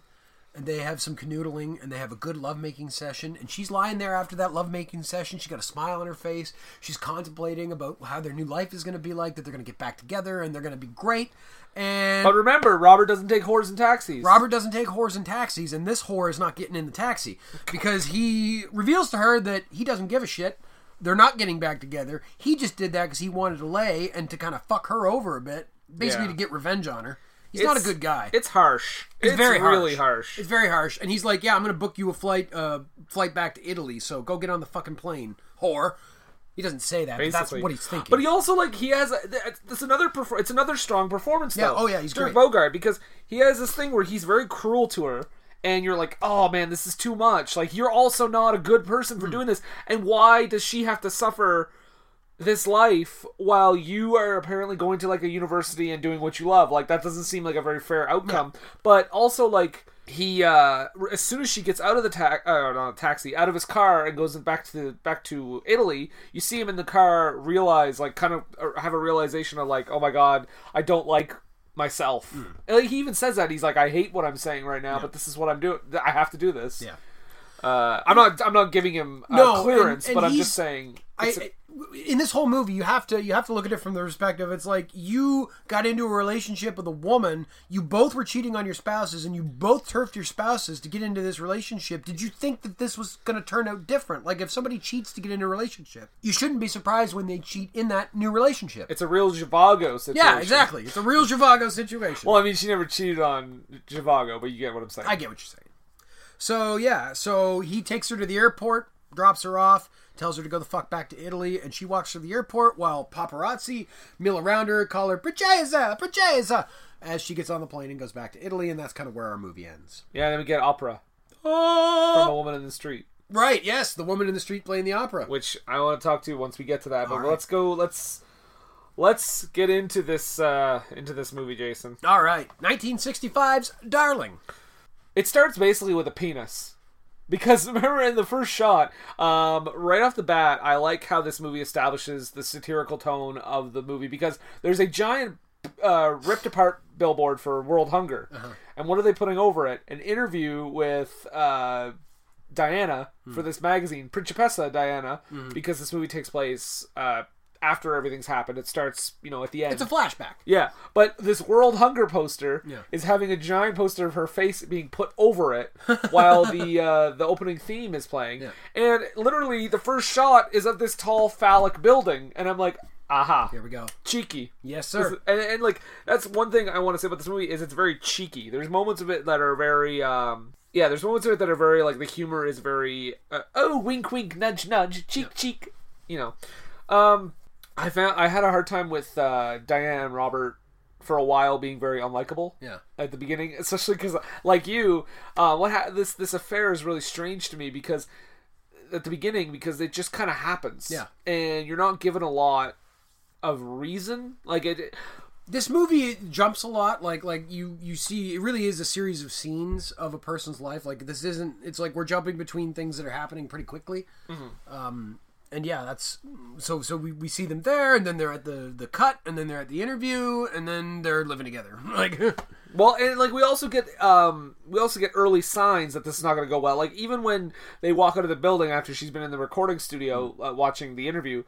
S1: and they have some canoodling and they have a good lovemaking session and she's lying there after that lovemaking session she got a smile on her face she's contemplating about how their new life is going to be like that they're going to get back together and they're going to be great and
S2: But remember, Robert doesn't take whores and taxis.
S1: Robert doesn't take whores in taxis, and this whore is not getting in the taxi because he reveals to her that he doesn't give a shit. They're not getting back together. He just did that because he wanted to lay and to kind of fuck her over a bit, basically
S2: Yeah.
S1: to get revenge on her. He's not a
S2: It's-
S1: good guy.
S2: It's harsh. It's,
S1: very harsh.
S2: really harsh.
S1: It's very harsh. And he's like, "Yeah, I'm going to book you a flight, uh, flight back to Italy. So go get on the fucking plane, whore." He doesn't say that. But that's
S2: basically.
S1: what he's thinking.
S2: But he also like he has a, th- it's another perfor- it's another strong performance.
S1: Yeah,
S2: though,
S1: oh yeah, he's
S2: Dirk
S1: great.
S2: Bogart because he has this thing where he's very cruel to her, and you're like, oh man, this is too much. Like you're also not a good person
S1: Hmm.
S2: for doing this, and why does she have to suffer? this life while you are apparently going to like a university and doing what you love like that doesn't seem like a very fair outcome but also like he uh r- as soon as she gets out of the ta- uh, not taxi out of his car and goes back to the back to Italy you see him in the car realize like kind of or have a realization of like oh my god I don't like myself
S1: Hmm.
S2: and, like, he even says that he's like I hate what I'm saying right now but this is what I'm doing I have to do this
S1: Yeah.
S2: uh, I'm not I'm not giving him uh,
S1: No, and-
S2: clearance
S1: and
S2: but I'm
S1: he's-
S2: just saying
S1: I,
S2: it's a-
S1: I- in this whole movie, you have to you have to look at it from the perspective. It's like you got into a relationship with a woman. You both were cheating on your spouses, and you both turfed your spouses to get into this relationship. Did you think that this was going to turn out different? Like if somebody cheats to get into a relationship, you shouldn't be surprised when they cheat in that new relationship.
S2: It's a real Zhivago situation.
S1: yeah, exactly. It's a real Zhivago situation.
S2: Well, I mean, she never cheated on Zhivago, but you get what I'm saying.
S1: I get what you're saying. So yeah, so he takes her to the airport, drops her off, tells her to go the fuck back to Italy, and she walks through the airport while paparazzi mill around her, call her Princesa, Princesa, as she gets on the plane and goes back to Italy, and that's kind of where our movie ends.
S2: yeah, then we get opera
S1: Oh.
S2: from a woman in the street,
S1: Right? Yes, the woman in the street playing the opera.
S2: which I want to talk to once we get to that. But
S1: All right.
S2: let's go. Let's let's get into this uh, into this movie, Jason.
S1: All right, 1965's Darling.
S2: It starts basically with a penis. Because <laughs> remember in the first shot, um, right off the bat, I like how this movie establishes the satirical tone of the movie because there's a giant uh, ripped apart billboard for world hunger,
S1: Uh-huh.
S2: and what are they putting over it? An interview with
S1: Hmm.
S2: uh,
S1: Mm-hmm.
S2: Diana for this magazine, Principessa Diana, because this movie takes place uh, after everything's happened. It starts, you know, at the end.
S1: It's a flashback.
S2: Yeah, but this World Hunger poster
S1: Yeah.
S2: is having a giant poster of her face being put over it while the uh, the opening theme is playing, and literally the first shot is of this tall phallic building, and I'm like, aha,
S1: Here we go.
S2: cheeky.
S1: Yes,
S2: This
S1: sir.
S2: is- and, and like that's one thing I want to say about this movie is it's very cheeky. There's moments of it that are very, um, yeah. There's moments of it that are very like the humor is very, uh, oh wink wink nudge nudge cheek cheek, you know. Um, I found I had a hard time with uh, Diane and Robert for a while being very unlikable.
S1: Yeah.
S2: At the beginning, especially because like you, uh, what ha- this this affair is really strange to me because at the beginning because it just kind of happens.
S1: Yeah.
S2: And you're not given a lot of reason. Like it.
S1: this movie it jumps a lot like like you you see it really is a series of scenes of a person's life like this isn't it's like we're jumping between things that are happening pretty quickly um
S2: Mm-hmm.
S1: and yeah that's so so we, we see them there and then they're at the the cut and then they're at the interview and then they're living together <laughs> like
S2: Well, and like we also get um we also get early signs that this is not going to go well. Like even when they walk out of the building after she's been in the recording studio uh, watching the interview,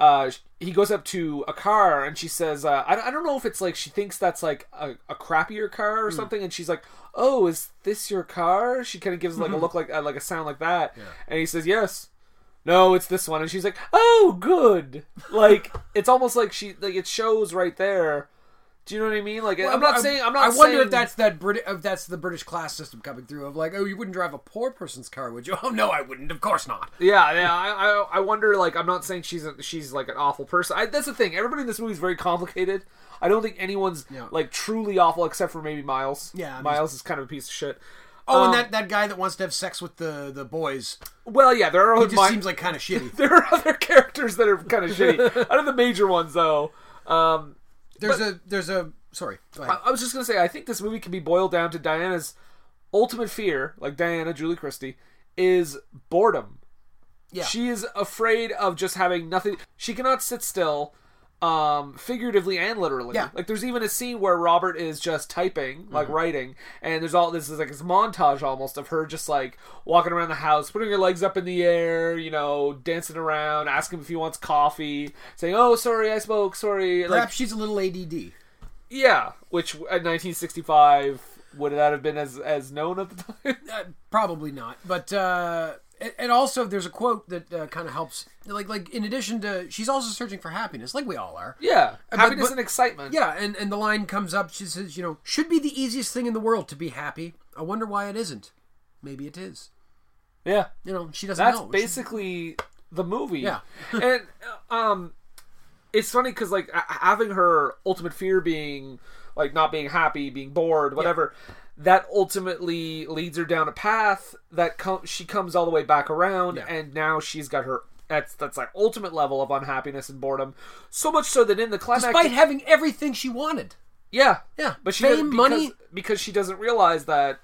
S2: uh sh- he goes up to a car and she says, uh, I, don't- "I don't know if it's like she thinks that's like a, a crappier car or something," and she's like, "Oh, is this your car?" She kind of gives like a look like uh, like a sound like that, and he says, "Yes." no, it's this one. And she's like, oh, good.
S1: <laughs>
S2: Like, it's almost like she, like, it shows right there. Do you know what I mean? Like, I'm not
S1: I-
S2: saying, I'm not
S1: I wonder
S2: saying-
S1: if that's that Brit- if that's the British class system coming through of like, oh, you wouldn't drive a poor person's car, would you? <laughs> Oh no, I wouldn't. Of course not.
S2: Yeah, yeah. I, I, I wonder, like, I'm not saying she's, a, she's like an awful person. I, that's the thing. Everybody in this movie is very complicated. I don't think anyone's,
S1: Yeah.
S2: like, truly awful except for maybe Miles.
S1: Yeah, I'm
S2: Miles is kind of a piece of shit.
S1: Oh,
S2: Um,
S1: and that, that guy that wants to have sex with the the boys
S2: Well, yeah, there are
S1: it just
S2: my- <laughs>
S1: seems like kind of shitty.
S2: there are other characters that are kind
S1: <laughs>
S2: of shitty. Out of the major ones, though, um,
S1: There's a there's a sorry. Go ahead.
S2: I, I was just gonna say, I think this movie can be boiled down to Diana's ultimate fear, like Diana Julie Christie, is boredom.
S1: Yeah.
S2: She is afraid of just having nothing. She cannot sit still, um, figuratively and literally.
S1: Yeah. Mm-hmm.
S2: Like there's even a scene where Robert is just typing, like writing, and there's all this is like this montage almost of her just like walking around the house, putting her legs up in the air, you know, dancing around, asking him if he wants coffee, saying, "Oh, sorry, I spoke. Sorry." Like,
S1: Perhaps she's a little ADD.
S2: yeah, which at 1965 would that have been as as known at the
S1: <laughs>
S2: time?
S1: Uh, probably not. But uh, and- and also there's a quote that uh, kind of helps. Like like in addition to she's also searching for happiness, like we all are.
S2: yeah, happiness
S1: Uh, but-
S2: and excitement.
S1: Yeah, and, and the line comes up. She says, you know, should be the easiest thing in the world to be happy. I wonder why it isn't. Maybe it is.
S2: yeah,
S1: You know, she doesn't
S2: that's
S1: know. She-
S2: basically the movie.
S1: Yeah.
S2: <laughs> and uh, um, it's funny because like a- having her ultimate fear being like not being happy, being bored, whatever. That ultimately leads her down a path that com- she comes all the way back around,
S1: Yeah.
S2: and now she's got her. That's that's like ultimate level of unhappiness and boredom. So much so that in the climax,
S1: despite having everything she wanted.
S2: Yeah,
S1: Yeah,
S2: But she
S1: fame,
S2: doesn't- because,
S1: money.
S2: because she doesn't realize that,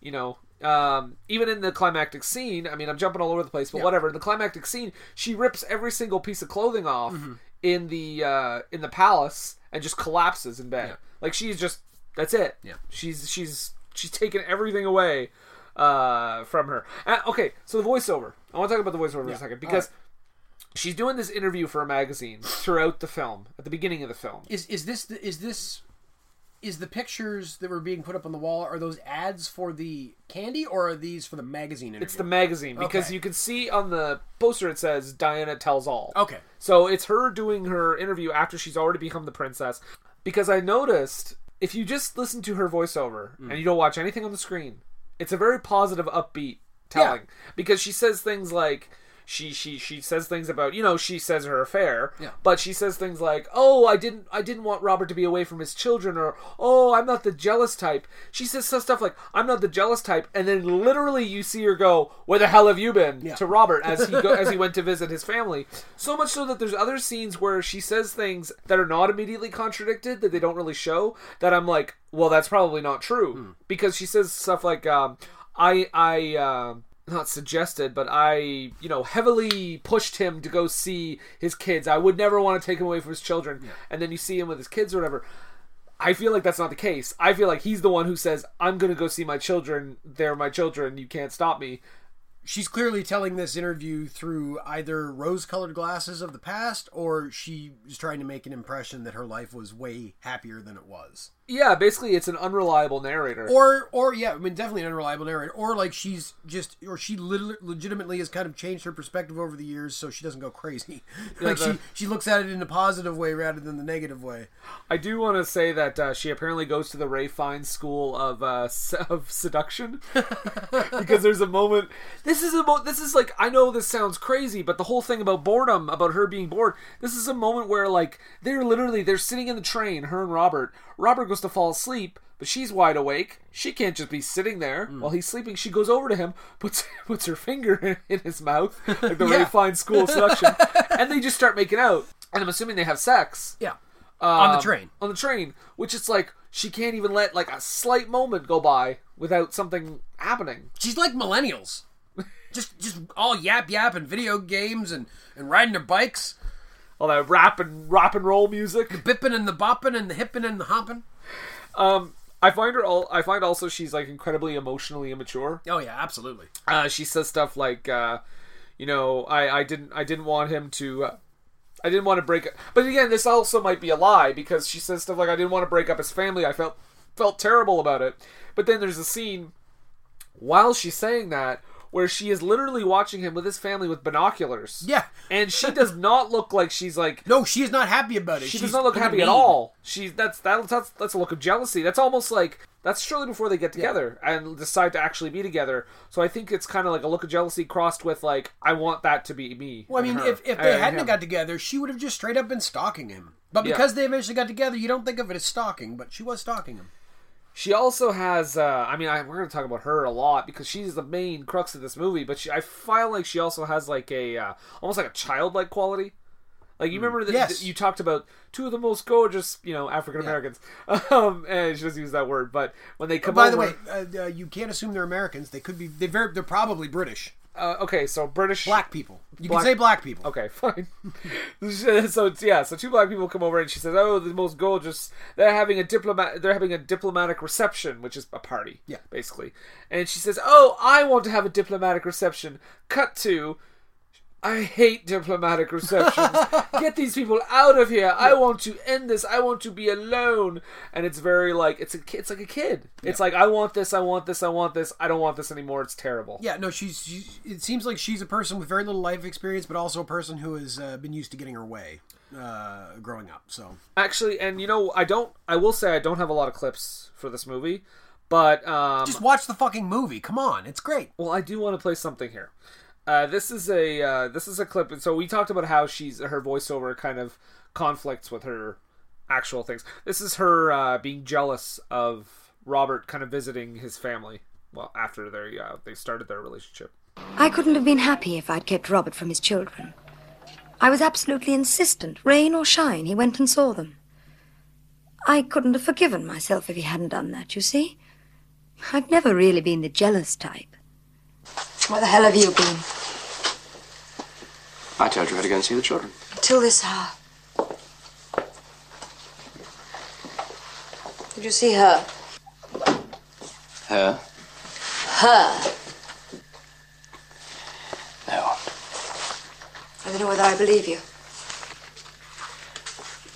S2: you know, um, even in the climactic scene. I mean, I'm jumping all over the place, but whatever. In the climactic scene, she rips every single piece of clothing off
S1: Mm-hmm.
S2: in the uh, in the palace and just collapses in bed. Like she's just that's it.
S1: Yeah.
S2: she's she's she's taken everything away uh, from her. Uh, okay, so the voiceover. I want to talk about the voiceover for a second because. She's doing this interview for a magazine throughout the film, at the beginning of the film.
S1: Is is this the, is this is the pictures that were being put up on the wall are those ads for the candy or are these for the magazine interview?
S2: It's the magazine because
S1: Okay.
S2: you can see on the poster it says Diana tells all.
S1: Okay.
S2: So it's her doing her interview after she's already become the princess. Because I noticed if you just listen to her voiceover
S1: Hmm.
S2: and you don't watch anything on the screen, it's a very positive, upbeat telling because she says things like she she she says things about you know she says her affair
S1: Yeah.
S2: but she says things like oh i didn't i didn't want robert to be away from his children or oh i'm not the jealous type she says some stuff like i'm not the jealous type and then literally you see her go where the hell have you been to robert as he go, as he went to visit his family so much so that there's other scenes where she says things that are not immediately contradicted that they don't really show that i'm like well that's probably not true because she says stuff like um I I um not suggested, but I you know heavily pushed him to go see his kids. I would never want to take him away from his children. And then you see him with his kids or whatever. I feel like that's not the case. I feel like he's the one who says, "I'm going to go see my children. They're my children. You can't stop me."
S1: she's clearly telling this interview through either rose-colored glasses of the past, or she is trying to make an impression that her life was way happier than it was.
S2: Yeah, basically, it's an unreliable narrator.
S1: Or, or yeah, I mean, definitely an unreliable narrator. Or like she's just, or she lit- legitimately has kind of changed her perspective over the years, so she doesn't go crazy. <laughs> like
S2: the-
S1: she, she looks at it in a positive way rather than the negative way.
S2: I do want to say that uh, she apparently goes to the Ray Fiennes school of uh, <laughs> se- of seduction because there's a moment. This is a mo- this is like I know this sounds crazy, but the whole thing about boredom, about her being bored. This is a moment where like they're literally they're sitting in the train, her and Robert. Robert goes to fall asleep, but she's wide awake. She can't just be sitting there while he's sleeping. She goes over to him, puts <laughs> puts her finger <laughs> in, in his mouth, like the Ray
S1: Yeah.
S2: Fiennes school of seduction, and they just start making out. And I'm assuming they have sex
S1: Yeah, on the
S2: um,
S1: train.
S2: on the train which it's like she can't even let like a slight moment go by without something happening
S1: She's like
S2: <laughs>
S1: millennials. Just, just all yap yap and video games and, and riding their bikes,
S2: all that rap and rap and
S1: <laughs>
S2: roll music
S1: bipping and the bopping and the hipping and the hopping.
S2: i find her all i find also she's like incredibly emotionally immature
S1: Oh yeah, absolutely.
S2: uh, she says stuff like uh, you know I, I didn't i didn't want him to uh, i didn't want to break up but again this also might be a lie because she says stuff like i didn't want to break up his family i felt felt terrible about it but then there's a scene while she's saying that where she is literally watching him with his family with binoculars
S1: Yeah.
S2: and she does not look like she's like
S1: No, she is not happy about it.
S2: she
S1: She's
S2: does not look
S1: kinda
S2: happy at
S1: mean.
S2: all. She's that's that, that's that's a look of jealousy. That's almost like that's shortly before they get together and decide to actually be together. So I think it's kind of like a look of jealousy crossed with like I want that to be me.
S1: Well, I
S2: and
S1: mean,
S2: her,
S1: if, if they
S2: and
S1: hadn't
S2: him.
S1: have got together, she would have just straight up been stalking him. But because they eventually got together, you don't think of it as stalking, but she was stalking him.
S2: she also has. Uh, I mean, I, we're going to talk about her a lot because she's the main crux of this movie. But she, I feel like she also has like a uh, almost like a childlike quality. Like you remember that
S1: Hmm. Yes.
S2: you talked about two of the most gorgeous, you know, African Americans. <laughs> Um, and she doesn't use that word, but when they come
S1: Oh, By the
S2: over-
S1: way, uh, uh, you can't assume they're Americans. They could be. They very. They're probably British.
S2: uh, okay, so British
S1: Black people. You
S2: Black-
S1: can say black people.
S2: Okay, <laughs> fine. so it's- yeah, so two black people come over and she says, "Oh, the most gorgeous." They're having a diplomat. They're having a diplomatic reception, which is a party.
S1: Yeah.
S2: basically. And she says, "Oh, I want to have a diplomatic reception." Cut to. I hate diplomatic receptions. Get these people out of here. I want to end this. I want to be alone. And it's very like it's a ki- it's like a kid. It's like I want this. I want this. I want this. I don't want this anymore. It's terrible.
S1: Yeah, no, she's. she's it seems like she's a person with very little life experience, but also a person who has uh, been used to getting her way uh, growing up. So
S2: actually and you know i don't i will say i don't have a lot of clips for this movie but um
S1: just watch the fucking movie. Come on, it's great.
S2: well i do want to play something here uh this is a uh this is a clip and so we talked about how she's her voiceover kind of conflicts with her actual things this is her uh being jealous of robert kind of visiting his family well after their uh, they started their relationship
S7: I couldn't have been happy if I'd kept Robert from his children. I was absolutely insistent. Rain or shine, he went and saw them. I couldn't have forgiven myself if he hadn't done that, you see. I've never really been the jealous type.
S8: Where the hell have you been?
S9: I told you I had to go and see the children.
S8: Until this hour. Did you see her?
S9: Her?
S8: Her.
S9: No.
S8: I don't know whether I believe you.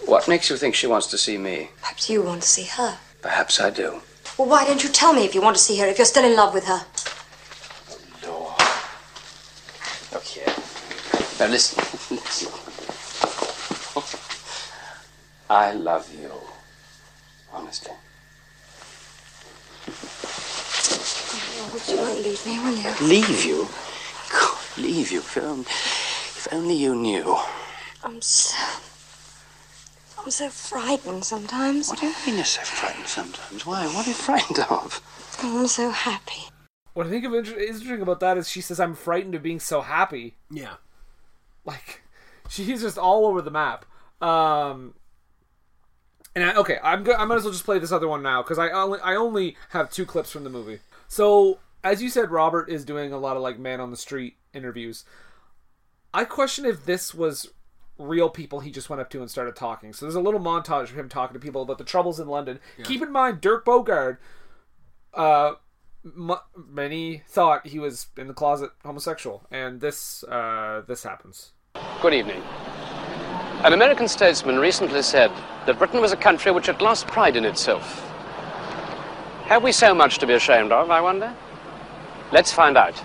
S9: What makes you think she wants to see me?
S8: Perhaps you want to see her.
S9: Perhaps I do.
S8: Well, why don't you tell me if you want to see her, if you're still in love with her?
S9: Lord. Look here. Now listen. <laughs> listen. I love you. Honestly.
S8: Oh, but you won't leave me, will you?
S9: Leave you? God, leave you, Phil. If only you knew.
S8: I'm so. I'm so frightened sometimes.
S9: What do you mean you're so frightened sometimes? Why? What are you frightened of?
S8: I'm so happy.
S2: what i think of inter- interesting about that is she says i'm frightened of being so happy
S1: Yeah.
S2: like <laughs> she's just all over the map um and I, okay i'm go- i might as well just play this other one now because i only i only have two clips from the movie so as you said robert is doing a lot of like man on the street interviews i question if this was real people he just went up to and started talking so there's a little montage of him talking to people about the troubles in london keep in mind dirk bogard uh m- many thought he was in the closet homosexual, and this uh, this happens.
S10: Good evening. An American statesman recently said that Britain was a country which had lost pride in itself. Have we so much to be ashamed of, I wonder? Let's find out.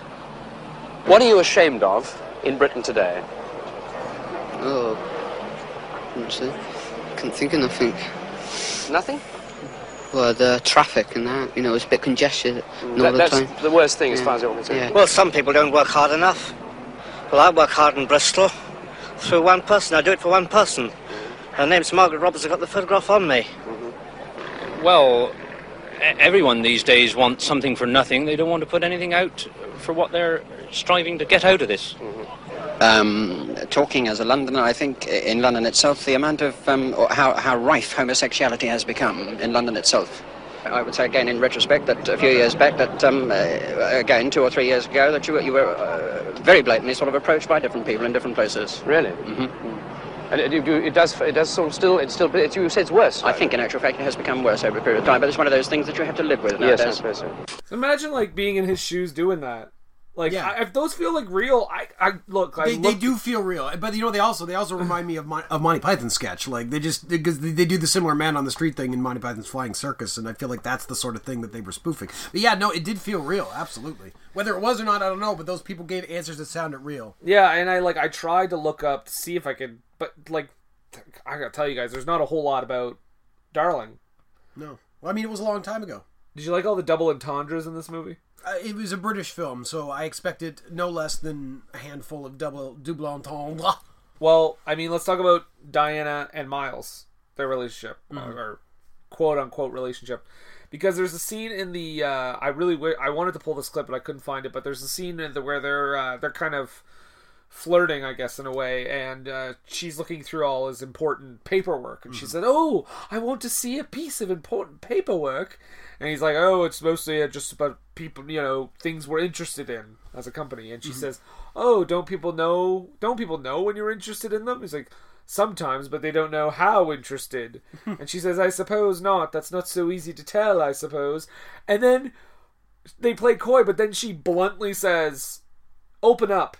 S10: What are you ashamed of in Britain today?
S11: Oh, actually, can't think of nothing.
S10: Nothing?
S11: Well, the traffic and that, you know, it's a bit congested and all
S10: That-
S11: the
S10: that's
S11: time.
S10: the worst thing as
S11: Yeah.
S10: far as you're concerned.
S11: Yeah.
S12: Well, some people don't work hard enough. Well, I work hard in Bristol. Through one person, I do it for one person. Her name's Margaret Roberts. I've got the photograph on me.
S13: Mm-hmm. Well, e- everyone these days wants something for nothing. They don't want to put anything out for what they're striving to get out of this.
S14: um, talking as a Londoner, I think i- in London itself, the amount of um, or how, how rife homosexuality has become in London itself. I would say again in retrospect that a few years back, that um, uh, again two or three years ago, that you, were- you were uh, very blatantly sort of approached by different people in different places.
S10: Really? Mm-hmm. And it, you- you- it does, it does sort of still, it's still, it's, you say it's worse.
S14: I think in actual fact it has become worse over a period of time, but it's one of those things that you have to live with
S10: Yes,
S14: nowadays.
S10: I suppose so.
S2: So imagine like being in his shoes doing that. Like I, if those feel like real, I, I look. I
S1: They, they
S2: look-
S1: do feel real, but you know they also they also remind me of Mon- of Monty Python sketch. Like they just because they, they do the similar man on the street thing in Monty Python's Flying Circus, and I feel like that's the sort of thing that they were spoofing. But yeah, no, it did feel real, absolutely. Whether it was or not, I don't know. But those people gave answers that sounded real.
S2: Yeah, and I like I tried to look up to see if I could, but like I gotta tell you guys, there's not a whole lot about Darling.
S1: No, well, I mean it was a long time ago.
S2: Did you like all the double entendres in this movie?
S1: Uh, it was a British film, so I expected no less than a handful of double double entendre. <laughs>
S2: Well, I mean, let's talk about Diana and Miles, their relationship,
S1: Mm-hmm.
S2: or, or quote unquote relationship, because there's a scene in the uh, I really wi- I wanted to pull this clip, but I couldn't find it. But there's a scene in the, where they're uh, they're kind of flirting, I guess, in a way, and uh, she's looking through all his important paperwork, and she said, "Oh, I want to see a piece of important paperwork," and he's like, "Oh, it's mostly uh, just about people, you know, things we're interested in as a company," and she says, "Oh, don't people know? Don't people know when you're interested in them?" He's like. Sometimes, but they don't know how interested. and she says, I suppose not. That's not so easy to tell, I suppose. And then they play coy, but then she bluntly says, "Open up."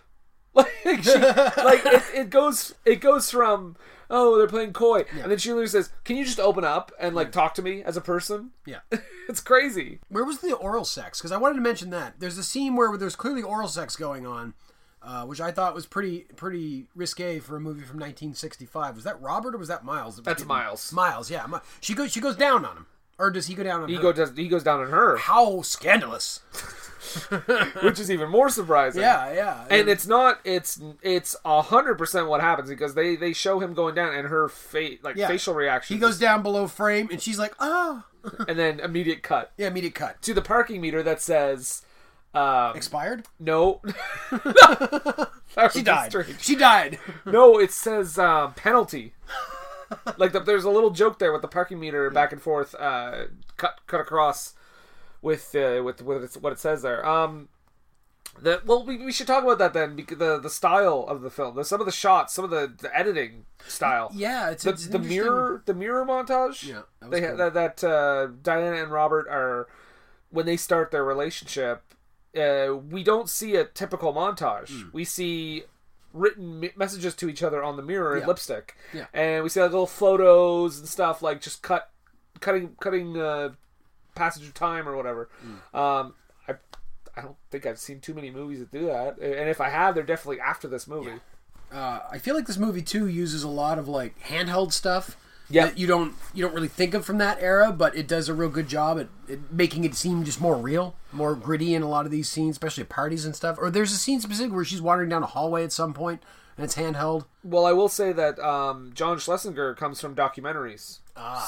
S2: <laughs> Like she, like it, it goes it goes from oh they're playing coy, and then she literally says, "Can you just open up and like talk to me as a person?" <laughs>
S1: Yeah.
S2: it's crazy.
S1: Where was the oral sex? Because I wanted to mention that there's a scene where there's clearly oral sex going on, uh, which I thought was pretty pretty risque for a movie from 1965. Was that Robert or was that Miles? that was
S2: That's
S1: getting-
S2: Miles.
S1: Miles, yeah. Mi- She goes she goes down on him, or does he go down on
S2: He
S1: her?
S2: go does he goes down on
S1: <laughs>
S2: her,
S1: How
S2: <laughs>
S1: scandalous!
S2: which is even more surprising.
S1: Yeah, yeah.
S2: And it's not it's it's a hundred percent what happens because they they show him going down and her face like
S1: Yeah.
S2: facial reaction
S1: He goes down below frame, and she's like, "Oh,
S2: and then immediate cut
S1: yeah, immediate cut."
S2: to the parking meter that says um,
S1: Expired. <laughs>
S2: no <laughs>
S1: She died. She died.
S2: No, it says um, penalty. <laughs> like the, there's a little joke there with the parking meter back and forth, uh, cut cut across with uh, with with it's, what it says there. Um, the, well, we, we should talk about that then. Because the the style of the film, the, some of the shots, some of the, the editing style.
S1: Yeah, it's-
S2: the,
S1: it's an
S2: the
S1: interesting-
S2: mirror the mirror montage.
S1: Yeah, that was
S2: they ha-
S1: cool.
S2: that that uh, Diana and Robert are when they start their relationship. Uh, we don't see a typical montage.
S1: Hmm.
S2: We see written me- messages to each other on the mirror
S1: Yeah.
S2: in lipstick,
S1: Yeah.
S2: and we see like little photos and stuff, like just cut, cutting, cutting uh, passage of time or whatever.
S1: Hmm.
S2: Um, I, I don't think I've seen too many movies that do that, and if I have, they're definitely after this movie.
S1: Uh, I feel like this movie too uses a lot of like handheld stuff.
S2: Yeah.
S1: that you don't you don't really think of from that era, but it does a real good job at, at making it seem just more real, more gritty in a lot of these scenes, especially at parties and stuff. Or there's a scene specific where she's wandering down a hallway at some point and it's handheld.
S2: Well, I will say that um, John Schlesinger comes from documentaries.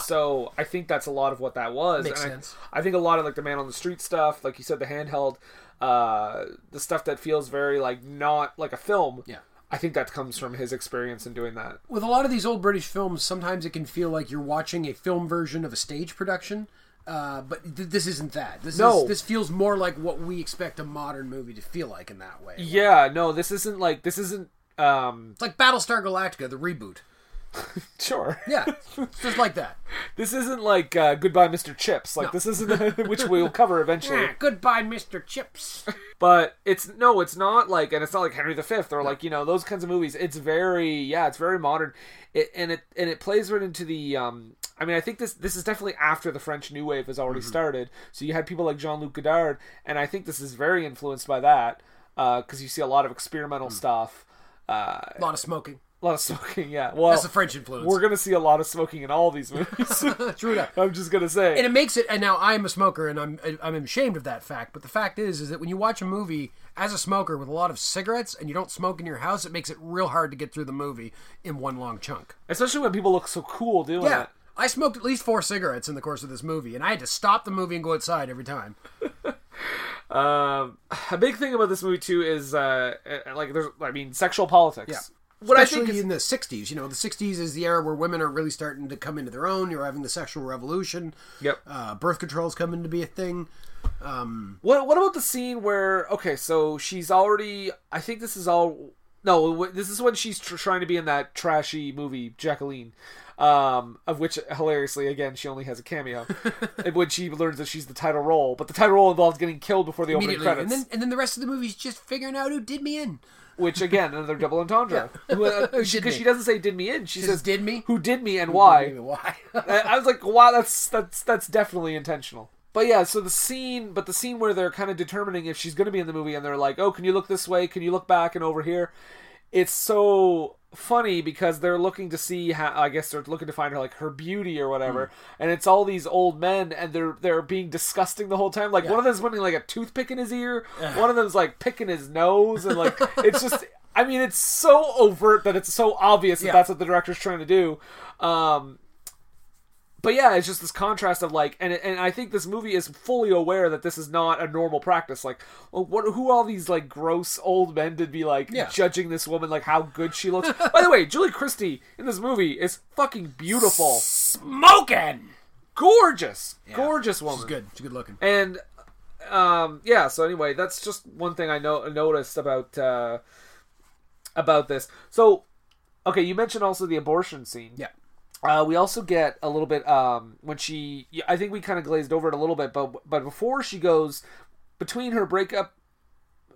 S2: So I think that's a lot of what that was.
S1: Ah. Makes
S2: And I-
S1: sense.
S2: I, think a lot of like the man on the street stuff, like you said, the handheld, uh, the stuff that feels very like not like a film.
S1: Yeah.
S2: I think that comes from his experience in doing that.
S1: With a lot of these old British films, sometimes it can feel like you're watching a film version of a stage production. Uh, but th- this isn't that. This
S2: No.
S1: is, this feels more like what we expect a modern movie to feel like in that way.
S2: Yeah. No, this isn't like this isn't. Um,
S1: It's like Battlestar Galactica, the reboot.
S2: sure.
S1: Yeah, it's just like that.
S2: <laughs> This isn't like uh, Goodbye, Mr. Chips. Like this isn't <laughs> which we'll cover eventually.
S1: Yeah, goodbye, Mr. Chips.
S2: But it's no, it's not like, and it's not like Henry V or like you know those kinds of movies. It's very yeah, it's very modern, it, and it and it plays right into the. Um, I mean, I think this this is definitely after the French New Wave has
S1: Mm-hmm.
S2: already started. So you had people like Jean Luc Godard, and I think this is very influenced by that because you see a lot of
S1: Hmm.
S2: experimental stuff. Uh,
S1: a <laughs> lot of smoking.
S2: A lot of <laughs> smoking, yeah. Well,
S1: That's the French influence.
S2: We're gonna see a lot of smoking in all these movies.
S1: <laughs> True enough.
S2: <laughs> I'm just gonna say.
S1: and it makes it and now i'm a smoker and i'm i'm ashamed of that fact but the fact is is that when you watch a movie as a smoker with a lot of cigarettes and you don't smoke in your house it makes it real hard to get through the movie in one long chunk
S2: Especially when people look so cool doing
S1: yeah
S2: it.
S1: i smoked at least four cigarettes in the course of this movie and i had to stop the movie and go outside every time
S2: Um, a big thing about this movie too is uh, uh, like there's, I mean, sexual politics.
S1: Yeah.
S2: What
S1: Especially
S2: I think is,
S1: in the 60s, you know, the 60s is the era where women are really starting to come into their own. You're having the sexual revolution.
S2: Yep.
S1: Uh, birth control's coming to be a thing. Um,
S2: What What about the scene where? Okay, so she's already. I think this is all. No, w- this is when she's tr- trying to be in that trashy movie Jacqueline, um, of which hilariously again she only has a
S1: <laughs>
S2: cameo. and when she learns that she's the title role, but the title role involves getting killed before the opening
S1: immediately. And
S2: credits.
S1: then, and then the rest of the movie's just figuring out who did me in.
S2: which again,
S1: <laughs>
S2: another double entendre.
S1: Who
S2: Because
S1: did me?
S2: she doesn't say "did me in," she,
S1: She
S2: says
S1: says, "Did me?"
S2: Who did me and why?
S1: Maybe Why? <laughs>
S2: I I was like, wow, that's that's that's definitely intentional. But yeah, so the scene, but the scene where they're kind of determining if she's going to be in the movie, and they're like, oh, can you look this way? Can you look back and over here? It's so funny because they're looking to see how I guess they're looking to find her like her beauty or whatever, and it's all these old men, and they're they're being disgusting the whole time. Like one of them's putting like a toothpick in his ear, one of them's like picking his nose, and like it's just. I mean, it's so overt that it's so obvious that
S1: Yeah.
S2: that's what the director's trying to do. Um, but yeah, it's just this contrast of like, and and I think this movie is fully aware that this is not a normal practice. Like, well, what who all these like gross old men to be like
S1: Yeah.
S2: judging this woman like how good she looks? By the way, Julie Christie in this movie is fucking beautiful,
S1: Smoking!
S2: gorgeous, gorgeous woman.
S1: She's good. She's good looking.
S2: And um, yeah, so anyway, that's just one thing I know noticed about uh, about this. So okay, you mentioned also the abortion scene.
S1: Yeah.
S2: Uh, we also get a little bit um, when she. yeah, I think we kind of glazed over it a little bit, but but before she goes between her breakup,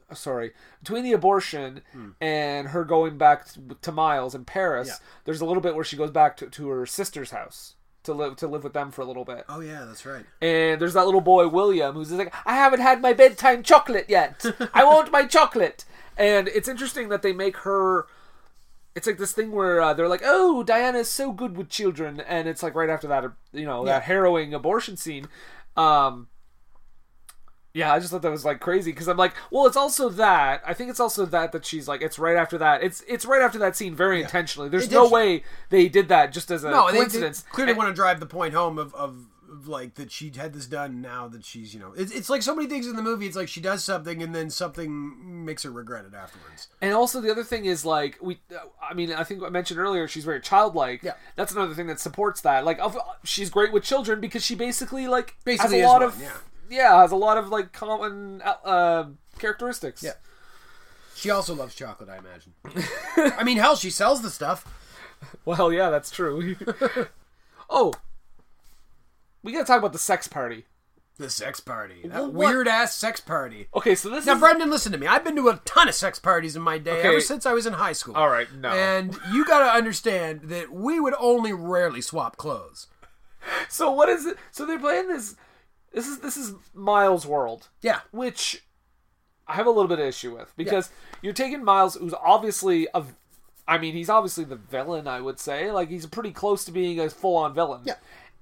S2: uh, sorry, between the abortion and her going back t- to Miles in Paris,
S1: Hmm. Yeah.
S2: there's a little bit where she goes back to, to her sister's house to live to live with them for a little bit.
S1: Oh, yeah, that's right.
S2: And there's that little boy William who's just like, I haven't had my bedtime chocolate yet.
S1: <laughs>
S2: I want my chocolate. And it's interesting that they make her. It's like this thing where uh, they're like, "Oh, Diana's so good with children," and it's like right after that, you know, that harrowing abortion scene. Um, yeah, I just thought that was like crazy because I'm like, well, it's also that. I think it's also that that she's like, it's right after that. It's it's right after that scene very intentionally. There's no way they did that just as a
S1: no, they, they
S2: coincidence.
S1: Uh, clearly want to drive the point home of, of of, like that she had this done. Now that she's you know, it's, it's like so many things in the movie. It's like she does something and then something makes her regret it afterwards.
S2: And also the other thing is like we, uh, I mean, I think I mentioned earlier she's very childlike. Yeah, that's another thing that supports that. Like, of- she's great with children because she basically like
S1: Basically,
S2: has
S1: is
S2: a lot
S1: one,
S2: of
S1: yeah.
S2: has a lot of like common uh, uh, characteristics.
S1: Yeah. She also loves chocolate, I imagine. <laughs> I mean, hell, she sells the stuff.
S2: Well, yeah,
S1: <laughs>
S2: that's true. oh, we gotta talk about the sex party.
S1: The sex party, that
S2: Well, what-
S1: weird ass sex party.
S2: Okay, so this
S1: now,
S2: is
S1: Brendan, listen to me. I've been to a ton of sex parties in my day,
S2: Okay.
S1: ever since I was in high school.
S2: all right. No,
S1: And you got to understand that we would only rarely swap clothes.
S2: so what is it? So they're playing this. This is this is Miles' world.
S1: Yeah.
S2: which I have a little bit of issue with because you're taking Miles, who's obviously a, I mean, he's obviously the villain. I would say like he's pretty close to being a full-on villain. Yeah,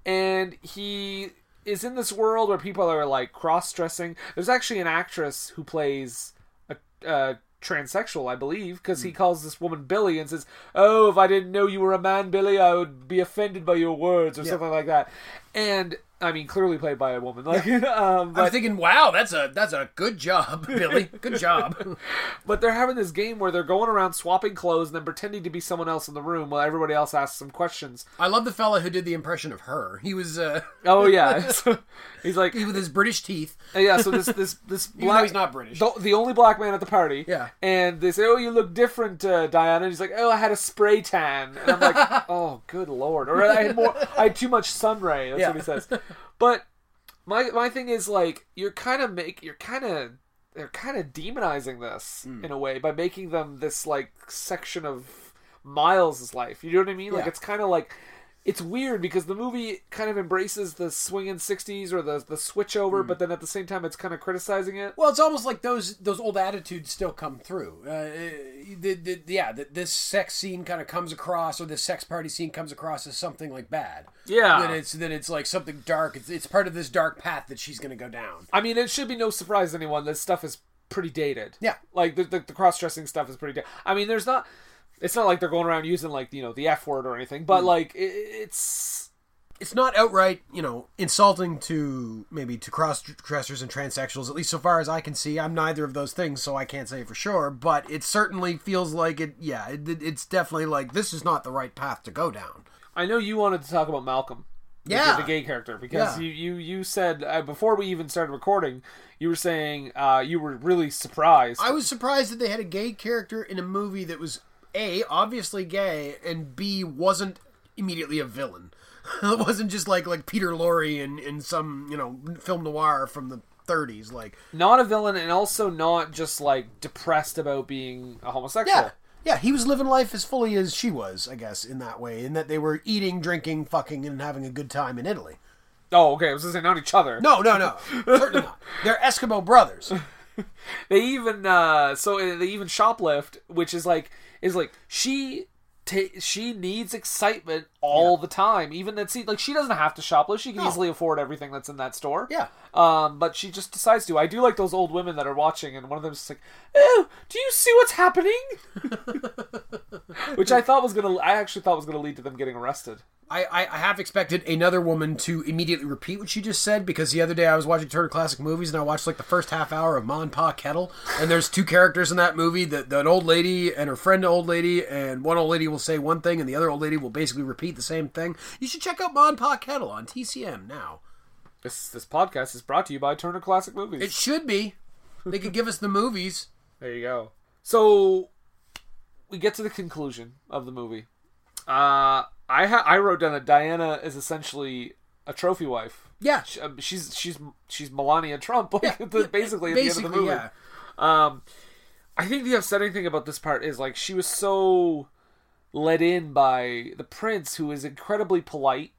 S2: and he is in this world where people are like cross-dressing. There's actually an actress who plays a. a transsexual i believe because he calls this woman billy and says oh if i didn't know you were a man billy i would be offended by your words or something like that and I mean, clearly played by a woman. Like, <laughs> um,
S1: I'm thinking, wow, that's a that's a good job, <laughs> Billy. Good job.
S2: but they're having this game where they're going around swapping clothes and then pretending to be someone else in the room while everybody else asks some questions.
S1: <laughs> I love the fella who did the impression of her. He was. Uh... <laughs>
S2: Oh yeah, <laughs> he's like
S1: with his British teeth.
S2: And yeah, so this this this
S1: Even though he's not British.
S2: the, the only black man at the party.
S1: Yeah.
S2: and they say, "Oh, you look different, uh, Diana." And he's like, "Oh, I had a spray tan," and
S1: <laughs>
S2: I'm like, "Oh, good lord!" Or I had more, I had too much sun ray. That's
S1: Yeah.
S2: what he says. But my my thing is like you're kind of make you're kind of they're kind of demonizing this
S1: Mm.
S2: in a way by making them this like section of Miles' life. You know what I mean? Like
S1: Yeah.
S2: it's kind of like it's weird because the movie kind of embraces the swinging '60s or the the switch
S1: Mm.
S2: over, but then at the same time it's kind of criticizing it.
S1: Well, it's almost like those those old attitudes still come through. Uh, the, the, yeah, that this sex scene kind of comes across, or this sex party scene comes across as something like bad.
S2: Yeah.
S1: that it's that it's like something dark. It's, it's part of this dark path that she's going to go down.
S2: I mean, it should be no surprise to anyone this stuff is pretty dated.
S1: Yeah.
S2: like the the, the cross dressing stuff is pretty dated. I mean, there's not. It's not like they're going around using like you know the F word or anything,
S1: Mm.
S2: but like it, it's
S1: It's not outright, you know, insulting to maybe to cross dressers and transsexuals. At least so far as I can see, I'm neither of those things, so I can't say for sure. But it certainly feels like it. Yeah, it, it's definitely like this is not the right path to go down.
S2: I know you wanted to talk about Malcolm. the-
S1: Yeah.
S2: the, gay character because
S1: Yeah.
S2: you you you said uh, before we even started recording, you were saying uh, you were really surprised.
S1: I was surprised that they had a gay character in a movie that was a obviously gay and b wasn't immediately a villain. <laughs> it wasn't just like like Peter Lorre in in some you know film noir from the 30s. Like
S2: not a villain and also not just like depressed about being a homosexual.
S1: yeah, yeah, he was living life as fully as she was, I guess, in that way, in that they were eating, drinking, fucking, and having a good time in Italy.
S2: Oh, okay. I was just saying not each other.
S1: No, no, no, certainly not. They're Eskimo brothers.
S2: they even uh so uh, they even shoplift which is like is like she ta- she needs excitement all the time even that see like she doesn't have to shoplift she can easily afford everything that's in that store
S1: Yeah.
S2: um but she just decides to i do like those old women that are watching and one of them's just like oh do you see what's happening
S1: <laughs>
S2: which i thought was gonna i actually thought was gonna lead to them getting arrested
S1: I, I, I half expected another woman to immediately repeat what she just said because the other day I was watching Turner Classic Movies and I watched like the first half hour of Ma and Pa Kettle and there's two characters in that movie that that an old lady and her friend old lady and one old lady will say one thing and the other old lady will basically repeat the same thing. You should check out Ma and Pa Kettle on TCM now.
S2: this this podcast is brought to you by turner classic movies
S1: It should be. They could give us the movies.
S2: There you go. So we get to the conclusion of the movie. Uh, I ha- I wrote down that Diana is essentially a trophy wife.
S1: Yeah.
S2: She- um, she's she's she's Melania Trump. <laughs> Like, the- <laughs> basically at the end of the
S1: Basically,
S2: movie.
S1: yeah.
S2: Um, I think the upsetting thing about this part is like she was so let in by the prince, who is incredibly polite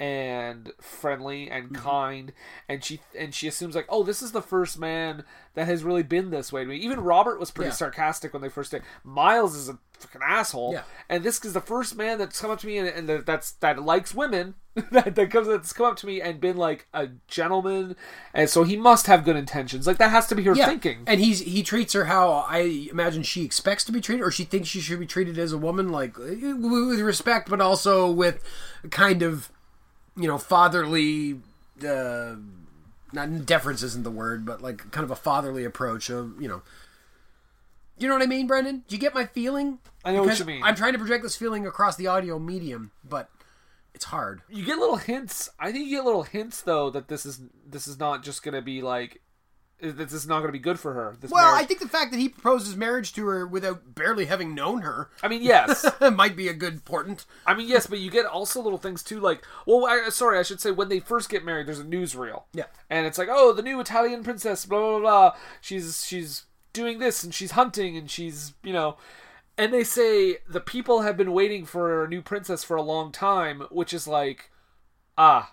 S2: and friendly and
S1: Mm-hmm.
S2: kind, and she and she assumes like, oh, this is the first man that has really been this way to me. Even Robert was pretty
S1: Yeah.
S2: sarcastic when they first did. Miles is a fucking asshole,
S1: Yeah.
S2: and this is the first man that's come up to me and, and that- that's that likes women <laughs> that, that comes that's come up to me and been like a gentleman, and so he must have good intentions. Like that has to be her
S1: yeah.
S2: thinking.
S1: And he's he treats her how I imagine she expects to be treated, or she thinks she should be treated as a woman, like eh, with respect, but also with kind of you know fatherly. Uh, not deference isn't the word, but like kind of a fatherly approach of you know. You know what I mean, Brendan? Do you get my feeling?
S2: I know what
S1: Because
S2: you mean.
S1: I'm trying to project this feeling across the audio medium, but it's hard.
S2: you get little hints. I think you get little hints though that this is this is not just gonna be like that this is not gonna be good for her. This
S1: Well,
S2: marriage.
S1: I think the fact that he proposes marriage to her without barely having known her
S2: I mean, yes.
S1: <laughs> might be a good portent.
S2: I mean, yes, but you get also little things too, like well, I, sorry, I should say when they first get married, there's a newsreel.
S1: Yeah.
S2: and it's like, oh, the new Italian princess, blah blah blah. She's she's doing this and she's hunting and she's you know, and they say the people have been waiting for a new princess for a long time, which is like, ah.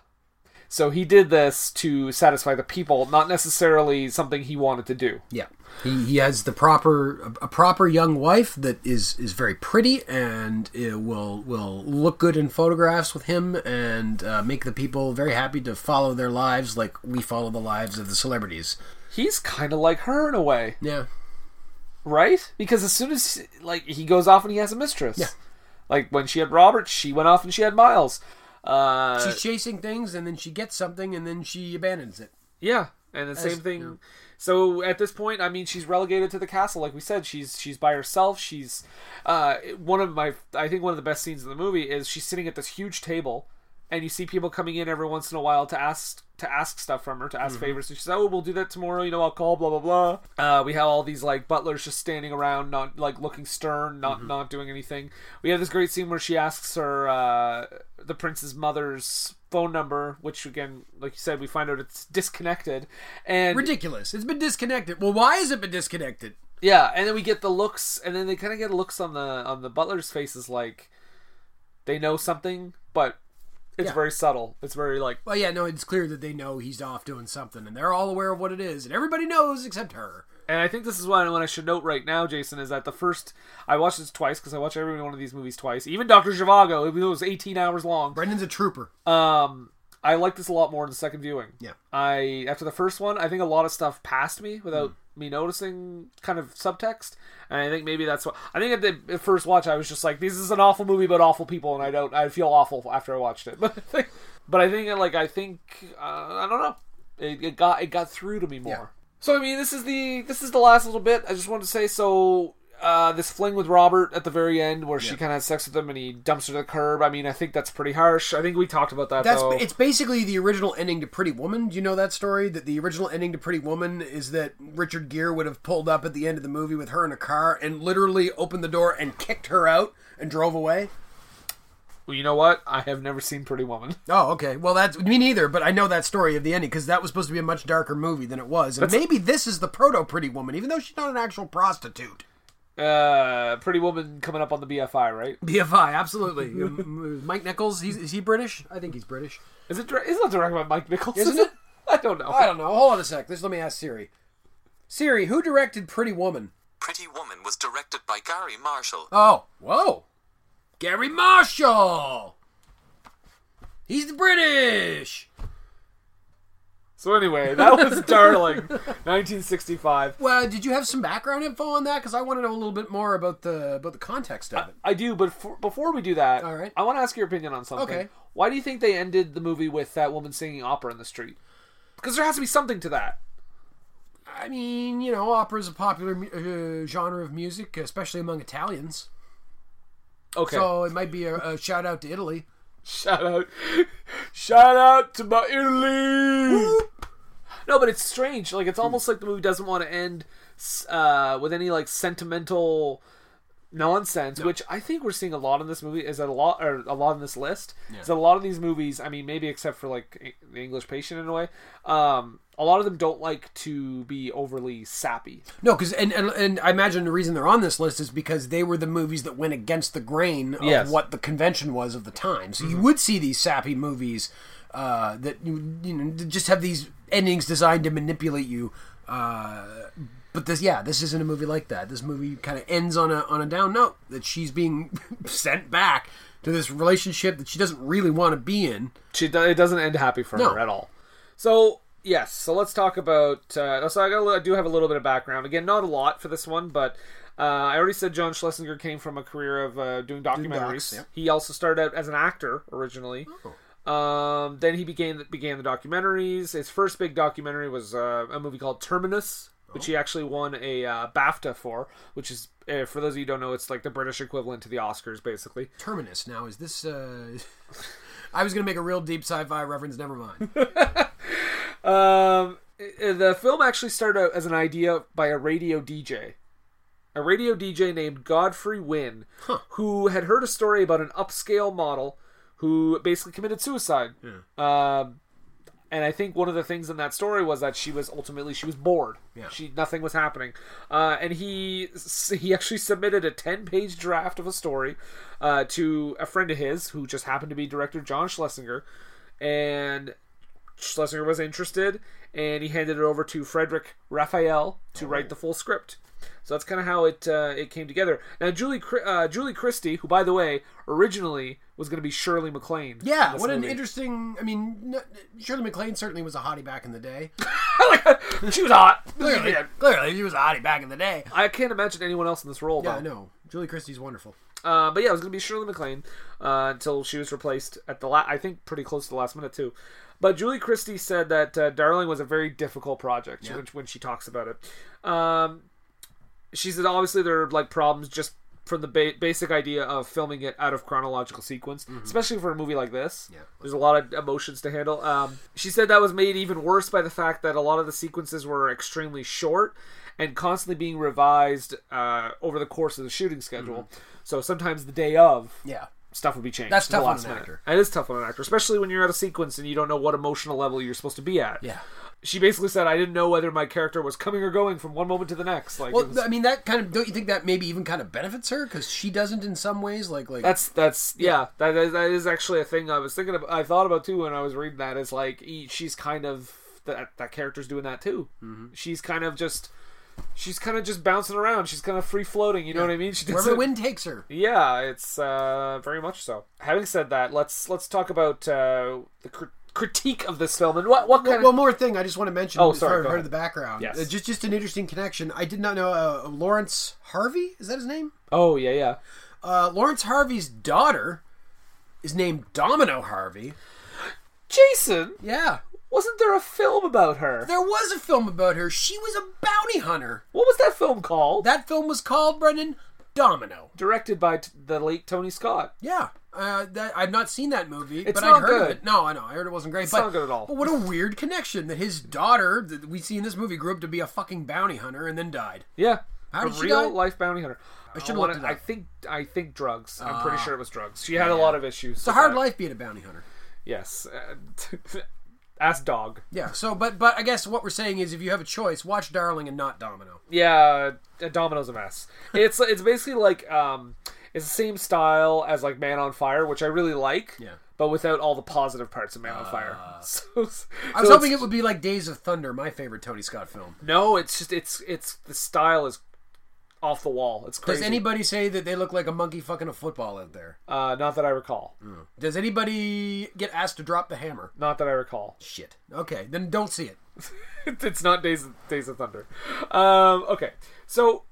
S2: So he did this to satisfy the people, not necessarily something he wanted to do.
S1: Yeah, he, he has the proper a- a proper young wife that is is very pretty and uh, will will look good in photographs with him and uh, make the people very happy to follow their lives like we follow the lives of the celebrities.
S2: He's kind of like her in a way,
S1: Yeah,
S2: right? Because as soon as like he goes off and he has a mistress, like when she had Robert, she went off and she had Miles. Uh,
S1: She's chasing things and then she gets something and then she abandons it.
S2: Yeah, and the
S1: As-
S2: same thing. So at this point, I mean, she's relegated to the castle, like we said. She's she's by herself. She's uh, one of my, I think one of the best scenes in the movie is she's sitting at this huge table, and you see people coming in every once in a while to ask to ask stuff from her, to ask
S15: Mhm.
S2: favors. And she's oh, we'll do that tomorrow. You know, I'll call. Blah blah blah. Uh, we have all these like butlers just standing around, not like looking stern, not
S15: Mhm.
S2: not doing anything. We have this great scene where she asks her uh, the prince's mother's phone number, which again, like you said, we find out it's disconnected. And
S1: ridiculous. It's been disconnected. Well, why has it been disconnected?
S2: yeah, and then we get the looks, and then they kind of get looks on the on the butler's faces, like they know something, but it's
S1: Yeah.
S2: very subtle. It's very like
S1: Well, yeah, no, it's clear that they know he's off doing something and they're all aware of what it is and everybody knows except her.
S2: And I think this is what I, what I should note right now, Jason, is that the first I watched this twice because I watch every one of these movies twice, even Doctor Zhivago, even though it was eighteen hours long.
S1: Brendan's a trooper.
S2: Um, I like this a lot more in the second viewing.
S1: Yeah.
S2: I after the first one, I think a lot of stuff passed me without
S1: Hmm.
S2: me noticing, kind of subtext, and I think maybe that's what I think at the at first watch I was just like, this is an awful movie about awful people, and I don't I feel awful after I watched it, <laughs> but I think, but I think like I think uh, I don't know, it, it got it got through to me more. So I mean, this is the this is the last little bit. I just wanted to say so. Uh, this fling with Robert at the very end, where she kind of has sex with him and he dumps her to the curb. I mean, I think that's pretty harsh. I think we talked about that.
S1: That's
S2: though.
S1: it's basically the original ending to Pretty Woman. Do you know that story? That the original ending to Pretty Woman is that Richard Gere would have pulled up at the end of the movie with her in a car and literally opened the door and kicked her out and drove away.
S2: Well, you know what? I have never seen Pretty Woman.
S1: Oh, okay. Well, that's me neither. But I know that story of the ending because that was supposed to be a much darker movie than it was, and
S2: That's-
S1: maybe this is the proto Pretty Woman, even though she's not an actual prostitute.
S2: Uh, Pretty Woman coming up on the BFI, right?
S1: BFI, absolutely. Um, <laughs> Mike Nichols, he's, is he British? I think he's British.
S2: Is it is not directed by Mike Nichols?
S1: Isn't
S2: is
S1: it?
S2: <laughs> I don't know.
S1: I don't know. Hold on a sec. This let me ask Siri. Siri, who directed Pretty Woman?
S16: Pretty Woman was directed by Gary Marshall.
S1: Oh, whoa, Gary Marshall. He's the British.
S2: So anyway,
S1: <laughs>
S2: that was Darling, 1965.
S1: Well, did you have some background info on that? Because I want to know a little bit more about the about the context of it.
S2: I do, but for, before we do that,
S1: All right.
S2: I want to ask your opinion on something.
S1: Okay.
S2: Why do you think they ended the movie with that woman singing opera in the street? Because there has to be something to that.
S1: I mean, you know, opera is a popular mu- uh, genre of music, especially among Italians.
S2: Okay.
S1: So it might be a, a shout out to Italy.
S2: Shout out. Shout out to my Italy. No, but it's strange. Like it's almost like the movie doesn't want to end s- uh, with any like sentimental nonsense, which I think we're seeing a lot in this movie. Is that a lot or a lot in this list?
S15: Yeah.
S2: Is that a lot of these movies? I mean, maybe except for like E- the English Patient in a way. Um, a lot of them don't like to be overly sappy.
S1: No, because and, and and I imagine the reason they're on this list is because they were the movies that went against the grain of
S2: Yes.
S1: what the convention was of the time. So you would see these sappy movies uh, that you you know just have these endings designed to manipulate you. Uh, but this, yeah, this isn't a movie like that. This movie kind of ends on a on a down note that she's being <laughs> sent back to this relationship that she doesn't really want to be in.
S2: She do- it doesn't end happy for her at all. So yes, so let's talk about. Uh, so I, got a li- I do have a little bit of background. Again, not a lot for this one, but uh, I already said John Schlesinger came from a career of uh, doing documentaries.
S15: docs, yeah. Oh.
S2: He also started out as an actor originally. Um, then he began began the documentaries. His first big documentary was uh, a movie called Terminus, which
S15: Oh.
S2: he actually won a uh, BAFTA for, which is. Uh, for those of you who don't know, it's like the British equivalent to the Oscars, basically.
S1: Terminus. Now is this? Uh... <laughs> I was gonna make a real deep sci-fi reference. Never mind.
S2: Um, i- the film actually started out as an idea by a radio DJ, a radio DJ named Godfrey Wynn, who had heard a story about an upscale model who basically committed suicide. Um, and I think one of the things in that story was that she was ultimately she was bored.
S15: Yeah.
S2: She nothing was happening, uh, and he s- he actually submitted a ten page draft of a story uh, to a friend of his who just happened to be director John Schlesinger, and Schlesinger was interested, and he handed it over to Frederick Raphael to write the full script. So that's kind of how it uh, it came together. Now Julie Chri- uh, Julie Christie, who by the way originally was going to be Shirley MacLaine. in
S1: Yeah,
S2: this
S1: what an
S2: movie.
S1: interesting. I mean, n- Shirley MacLaine certainly was a hottie back in the
S2: <laughs>
S1: day.
S2: <laughs> she was hot.
S1: Clearly,
S2: Yeah.
S1: clearly, she was a hottie back in the day.
S2: I can't imagine anyone else in this role.
S1: Yeah,
S2: though.
S1: I know. Julie Christie's wonderful.
S2: Uh, but yeah, it was going to be Shirley MacLaine uh, until she was replaced at the la- I think pretty close to the last minute too. But Julie Christie said that uh, Darling was a very difficult project
S1: Yeah.
S2: when, when she talks about it. Um, she said obviously there are like problems just from the ba- basic idea of filming it out of chronological sequence,
S1: Mm-hmm.
S2: especially for a movie like this. Yeah. There's a lot of emotions to handle. Um, she said that was made even worse by the fact that a lot of the sequences were extremely short and constantly being revised uh, over the course of the shooting schedule. So sometimes the day of,
S1: Mm-hmm. Yeah.
S2: stuff would be changed.
S1: That's
S2: to the
S1: tough on
S2: last
S1: an
S2: minute.
S1: actor.
S2: It is tough on an actor, especially when you're at a sequence and you don't know what emotional level you're supposed to be at.
S1: Yeah.
S2: She basically said, "I didn't know whether my character was coming or going from one moment to the next." Like,
S1: Well,
S2: it was-
S1: I mean, that kind of don't you think that maybe even kind of benefits her because she doesn't in some ways, like like
S2: That's that's yeah. That is, that is actually a thing I was thinking. Of, I thought about too when I was reading that. Is like he, she's kind of that that character's doing that too.
S1: Mm-hmm.
S2: She's kind of just she's kind of just bouncing around. She's kind of free floating. You know what I mean? <laughs> She
S1: wherever the
S2: doesn't-
S1: wind takes her.
S2: Yeah, it's uh, very much so. Having said that, let's let's talk about uh, the cr- critique of this film and what what kind
S1: Well, one
S2: of
S1: more thing I just want to mention.
S2: Oh,
S1: as
S2: sorry,
S1: far as
S2: go
S1: part
S2: ahead.
S1: of the background.
S2: Yes.
S1: Uh, just just an interesting connection. I did not know uh, Lawrence Harvey is that his name?
S2: oh yeah yeah
S1: Uh, Lawrence Harvey's daughter is named Domino Harvey.
S2: Jason
S1: Yeah,
S2: wasn't there a film about her?
S1: there was a film about her. She was a bounty hunter.
S2: What was that film called?
S1: That film was called Brendan Domino.
S2: Directed by t- the late Tony Scott.
S1: Yeah, uh, that, I've not seen that movie,
S2: It's
S1: but
S2: not
S1: I'd heard
S2: good.
S1: of it. No, I know I heard it wasn't great.
S2: It's
S1: but,
S2: not good at all.
S1: But what a weird connection that his daughter that we see in this movie grew up to be a fucking bounty hunter and then died.
S2: Yeah,
S1: How
S2: a
S1: did she
S2: real
S1: die?
S2: life bounty hunter.
S1: I should've
S2: wanna-
S1: looked it up.
S2: I think I think drugs. I'm
S1: Ah.
S2: pretty sure it was drugs. She had a lot of issues.
S1: It's a hard life being a bounty hunter.
S2: Yes, <laughs> uh, ass dog.
S1: Yeah. So, but but I guess what we're saying is, if you have a choice, watch Darling and not Domino.
S2: Yeah, uh, Domino's a mess. It's it's basically like um, it's the same style as like Man on Fire, which I really like.
S1: Yeah. Ah.
S2: But without all the positive parts of Man on Fire. <laughs> So,
S1: I was hoping it would be like Days of Thunder, my favorite Tony Scott film.
S2: No, it's just it's it's the style is off the wall. It's crazy.
S1: Does anybody say that they look like a monkey fucking a football out there?
S2: Uh, not that I recall.
S1: Does anybody get asked to drop the hammer?
S2: Not that I recall.
S1: Shit. Okay, then don't see it.
S2: <laughs> it's not Days of, Days of Thunder. Um, okay, so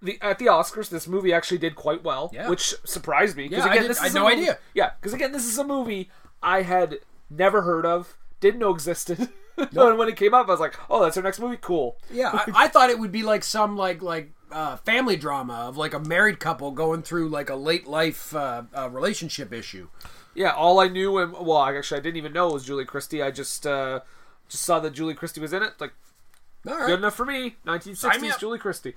S2: the at the Oscars, this movie actually did quite well,
S1: Yeah.
S2: which surprised me. 'cause
S1: Yeah, I
S2: again,
S1: did-
S2: this is
S1: I had
S2: a
S1: no
S2: movie-
S1: idea.
S2: Yeah, because again, this is a movie I had never heard of, didn't know existed. <laughs> and when it came up, I was like, "Oh, that's our next movie. Cool."
S1: Yeah, I, I thought it would be like some like like uh, family drama of like a married couple going through like a late life uh, uh, relationship issue.
S2: Yeah, all I knew, and well, I actually, I didn't even know it was Julie Christie. I just uh, just saw that Julie Christie was in it. Like,
S1: All right.
S2: good enough for me.
S1: Sign me
S2: 1960s
S1: up.
S2: Julie Christie.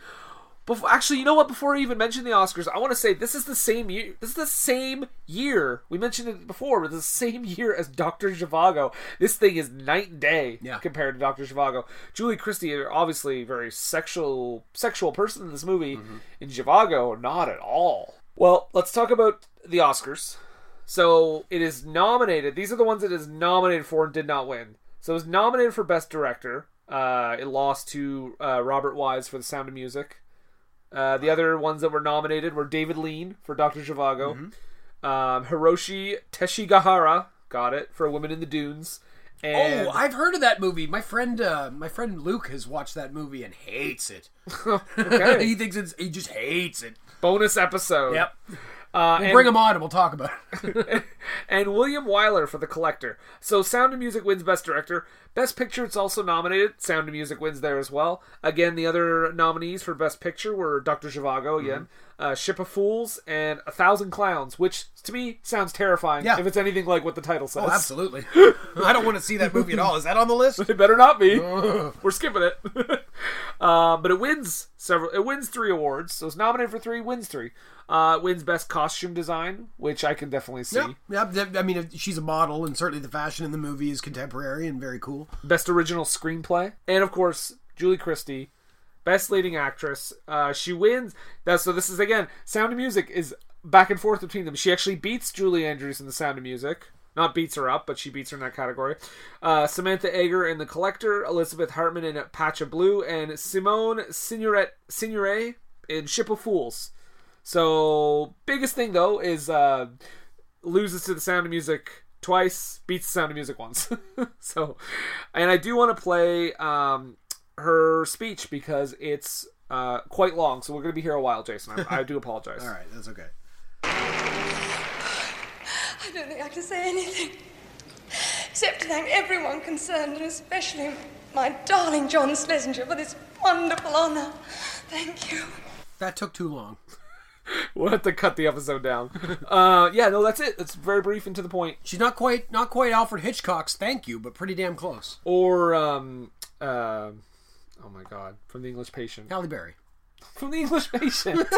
S2: Before, actually, you know what? Before I even mention the Oscars, I want to say this is the same year. This is the same year we mentioned it before, but the same year as Doctor Zhivago. This thing is night and day
S1: Yeah.
S2: compared to Doctor Zhivago. Julie Christie, obviously, a very sexual sexual person in this movie.
S1: Mm-hmm.
S2: In Zhivago, not at all. Well, let's talk about the Oscars. So it is nominated. These are the ones it is nominated for and did not win. So it was nominated for Best Director. Uh, it lost to uh, Robert Wise for The Sound of Music. Uh, the other ones that were nominated were David Lean for Doctor Zhivago,
S1: Mm-hmm.
S2: um, Hiroshi Teshigahara got it for Women in the Dunes, and
S1: Oh, I've heard of that movie. My friend, uh, my friend Luke has watched that movie and hates it.
S2: <laughs>
S1: <laughs>
S2: Okay.
S1: he thinks it's he just hates it.
S2: bonus episode.
S1: Yep.
S2: Uh,
S1: We'll
S2: and-
S1: bring him on and we'll talk about it. <laughs>
S2: and William Wyler for The Collector. So Sound of Music wins Best Director. Best Picture, it's also nominated. Sound of Music wins there as well. Again, the other nominees for Best Picture were Dr. Zhivago
S1: Mm-hmm.
S2: again, uh, Ship of Fools, and A Thousand Clowns, which to me sounds terrifying
S1: Yeah.
S2: if it's anything like what the title says.
S1: Oh, absolutely. I don't want to see that movie at all. Is that on the list?
S2: <laughs> It better not be. We're skipping it. <laughs> uh, but it wins several. It wins three awards. So it's nominated for three. Wins three. Uh, it wins best costume design, which I can definitely see.
S1: Yep. Yep. Th- I mean, if- she's a model, and certainly the fashion in the movie is contemporary and very cool.
S2: Best Original Screenplay, and of course Julie Christie, Best Leading Actress. Uh, she wins. That so this is again Sound of Music is back and forth between them. She actually beats Julie Andrews in The Sound of Music. Not beats her up, but she beats her in that category. Uh, Samantha Egger in The Collector, Elizabeth Hartman in Patch of Blue, and Simone Signoret Signore in Ship of Fools. So biggest thing though is uh, loses to the Sound of Music twice, beats the Sound of Music once. <laughs> so, and I do want to play um,
S1: <laughs>
S2: her speech because it's uh, quite long. So we're going to be here a while, Jason. I, I do apologize.
S1: All right, that's okay.
S15: I don't think I can say anything except to thank everyone concerned and especially my darling John Schlesinger for this wonderful honour. Thank you.
S1: That took too long.
S2: we'll have to cut the episode down. <laughs> uh, yeah, no, that's it. It's very brief and to the point.
S1: She's not quite not quite Alfred Hitchcock's thank you, but pretty damn close.
S2: Or um, uh, oh my god, from the English Patient,
S1: Halle Berry.
S2: From the English <laughs> Patient.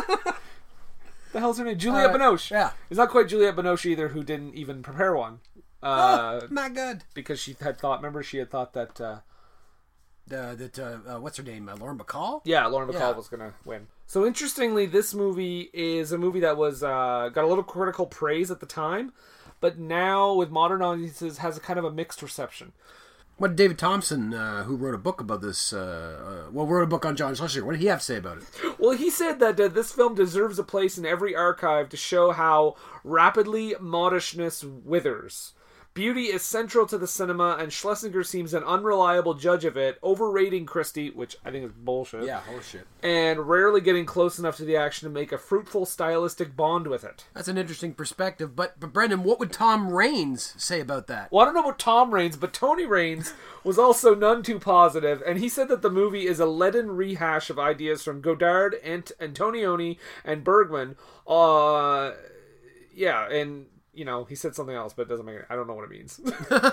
S2: the hell's her name? Juliette
S1: Uh,
S2: Binoche.
S1: yeah.
S2: It's not quite Juliette Binoche either, who didn't even prepare one. Uh,
S1: oh, my god.
S2: Because she had thought, remember, she had thought that, uh,
S1: Uh, that uh, uh, what's her name? Uh, Lauren Bacall.
S2: yeah, Lauren
S1: Yeah.
S2: Bacall was going to win. So interestingly, this movie is a movie that was uh, got a little critical praise at the time, but now with modern audiences has a kind of a mixed reception.
S1: What did David Thompson, uh, who wrote a book about this, uh, uh, well, wrote a book on John Schlesinger. What did he have to say about it?
S2: Well, he said that uh, this film deserves a place in every archive to show how rapidly modishness withers. Beauty is central to the cinema, and Schlesinger seems an unreliable judge of it, overrating Christie, which I think is bullshit.
S1: Yeah, bullshit.
S2: And rarely getting close enough to the action to make a fruitful stylistic bond with it.
S1: That's an interesting perspective. But but Brendan, what would Tom Raines say about that?
S2: Well, I don't know about Tom Raines, but Tony Raines was also none too positive, and he said that the movie is a leaden rehash of ideas from Godard, Ant- Antonioni, and Bergman. Uh, yeah, and you know he said something else, but it doesn't make. Any, I don't know what it means. <laughs>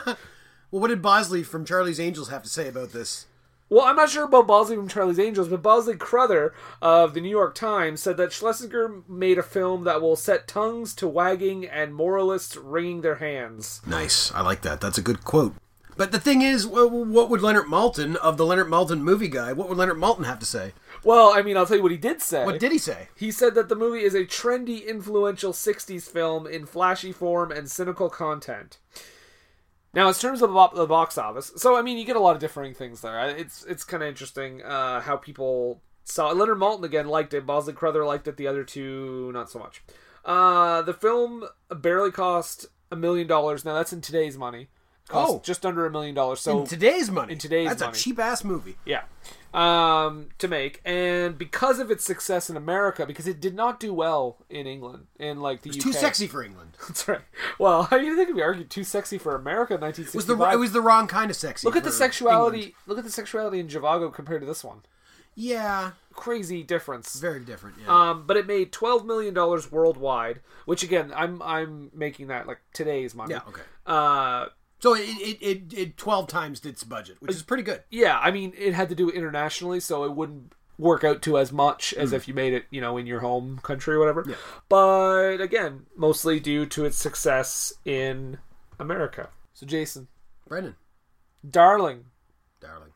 S1: Well, what did Bosley from Charlie's Angels have to say about this?
S2: Well, I'm not sure about Bosley from Charlie's Angels, but Bosley Cruther of the New York Times said that Schlesinger made a film that will set tongues to wagging and moralists wringing their hands.
S1: Nice. I like that. That's a good quote. But the thing is, wh- wh- what would Leonard Maltin of the Leonard Maltin movie guy? What would Leonard Maltin have to say?
S2: Well, I mean, I'll tell you what he did say.
S1: What did he say?
S2: He said that the movie is a trendy, influential 60s film in flashy form and cynical content. Now, in terms of the bo- the box office, so I mean, you get a lot of differing things there. I- It's it's kind of interesting uh, how people saw it. Leonard Maltin again liked it. Bosley Crother liked it. The other two, not so much. Uh, the film barely cost a million dollars. Now that's in today's money. It cost
S1: Oh.
S2: just under a million dollars. So
S1: in today's money,
S2: in today's
S1: that's
S2: money.
S1: a cheap ass movie.
S2: Yeah. Um, to make. And because of its success in America, because it did not do well in England, in like the
S1: It was too
S2: UK.
S1: sexy <laughs> for England.
S2: That's right. Well, <laughs> I mean, I think we argued too sexy for America in
S1: It was the
S2: 1965.
S1: it was the wrong kind of sexy.
S2: look at
S1: for
S2: the sexuality.
S1: England.
S2: Look at the sexuality in Javago compared to this one.
S1: Yeah,
S2: Crazy difference.
S1: very different. Yeah.
S2: Um, but it made twelve million dollars worldwide, which again, I'm I'm making that like today's money.
S1: Yeah, okay.
S2: Uh,
S1: so it it, it it twelve times its budget, which is pretty good.
S2: yeah, I mean, it had to do it internationally, so it wouldn't work out to as much as if you made it, you know, in your home country or whatever. But again, mostly due to its success in America. So, Jason,
S1: Brendan,
S2: darling,
S1: darling,